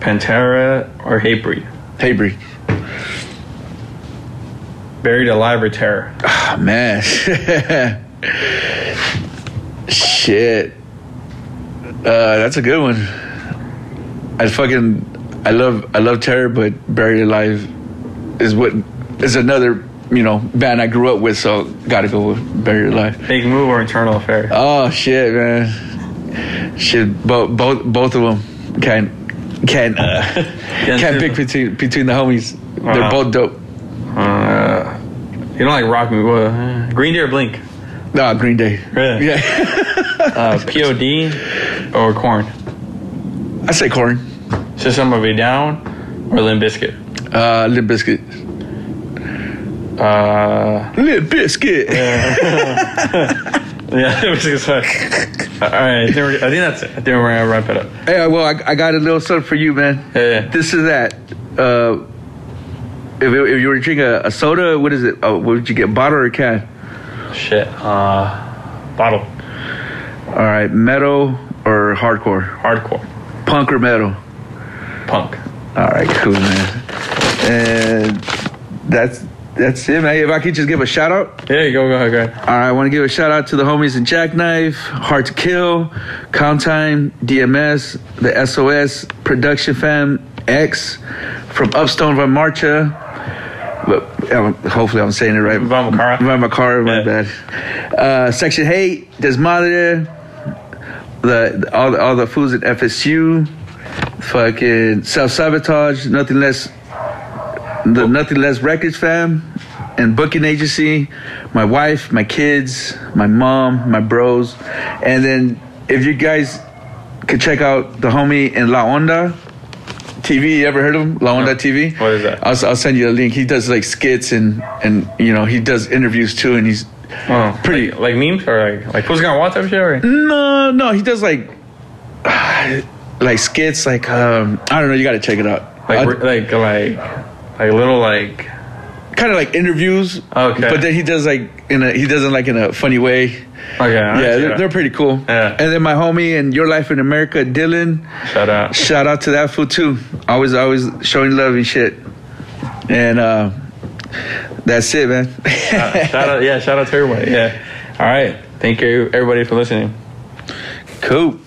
Speaker 1: Pantera or Hatebreed?
Speaker 2: Haybree.
Speaker 1: Buried alive or terror?
Speaker 2: Ah man, [LAUGHS] shit. Uh, that's a good one. I fucking I love I love terror, but Buried Alive is what is another you know band I grew up with, so gotta go with Buried Alive.
Speaker 1: Big move or internal affair?
Speaker 2: Oh shit, man. Shit, both both both of them can can uh,
Speaker 1: do-
Speaker 2: can pick between between the homies. They're
Speaker 1: Wow.
Speaker 2: both dope.
Speaker 1: Uh, you don't like rock music? Well, uh, Green Day or Blink?
Speaker 2: Nah, Green Day.
Speaker 1: Really?
Speaker 2: Yeah, [LAUGHS]
Speaker 1: [LAUGHS] Uh, POD or Corn?
Speaker 2: I say Corn.
Speaker 1: System of a Down or Limp Bizkit?
Speaker 2: Uh, Limp Biscuit.
Speaker 1: Uh, [LAUGHS]
Speaker 2: Limp Biscuit.
Speaker 1: yeah, Limp Bizkit's fun. Uh, All right, I think, we're, I think that's it. I think we're gonna wrap it up.
Speaker 2: Hey, well, I, I got a little something for you, man.
Speaker 1: Yeah.
Speaker 2: This is that. Uh, if, you- if you were to drink a, a soda, what is it? Oh, what would you get, bottle or can?
Speaker 1: Shit. Uh, bottle.
Speaker 2: All right, metal or hardcore?
Speaker 1: Hardcore.
Speaker 2: Punk or metal?
Speaker 1: Punk.
Speaker 2: All right, cool, man. And that's that's it, man. If I could just give a shout out,
Speaker 1: Yeah, go, go, go.
Speaker 2: all right, I want to give a shout out to the homies in Jackknife, Hard to Kill, Count Time, DMS, the SOS, Production Fam, X, from Upstone Von Marcha. But um, hopefully, I'm saying it right.
Speaker 1: Von Macara.
Speaker 2: Von Macara, my
Speaker 1: Yeah.
Speaker 2: bad. Uh, Section Hate, Desmadre, the all the, all the fools at FSU, fucking self sabotage, nothing less, the nothing less records fam, and booking agency, my wife, my kids, my mom, my bros, and then if you guys could check out the homie in La Onda. TV, you ever heard of him? La Onda TV.
Speaker 1: What is that?
Speaker 2: I'll, I'll send you a link. He does like skits and and you know he does interviews too, and he's
Speaker 1: Oh,
Speaker 2: Pretty-
Speaker 1: Like, like memes or like, like who's gonna watch that shit? Or?
Speaker 2: No, no, he does like [SIGHS] like skits, like um I don't know, you gotta check it out. Uh,
Speaker 1: Like, we're- like, like, like little like.
Speaker 2: kind of like interviews.
Speaker 1: Okay.
Speaker 2: But then he does like in a he does it like in a funny way.
Speaker 1: Okay.
Speaker 2: yeah,
Speaker 1: Yeah.
Speaker 2: they're, they're pretty cool.
Speaker 1: Yeah.
Speaker 2: And then my homie and Your Life in America, Dylan.
Speaker 1: Shout
Speaker 2: [LAUGHS]
Speaker 1: out.
Speaker 2: Shout out to that fool too. Always always showing love and shit. And uh that's it, man. [LAUGHS]
Speaker 1: shout out. Yeah. Shout out to everybody. Yeah. All right. Thank you, everybody, for listening.
Speaker 2: cool.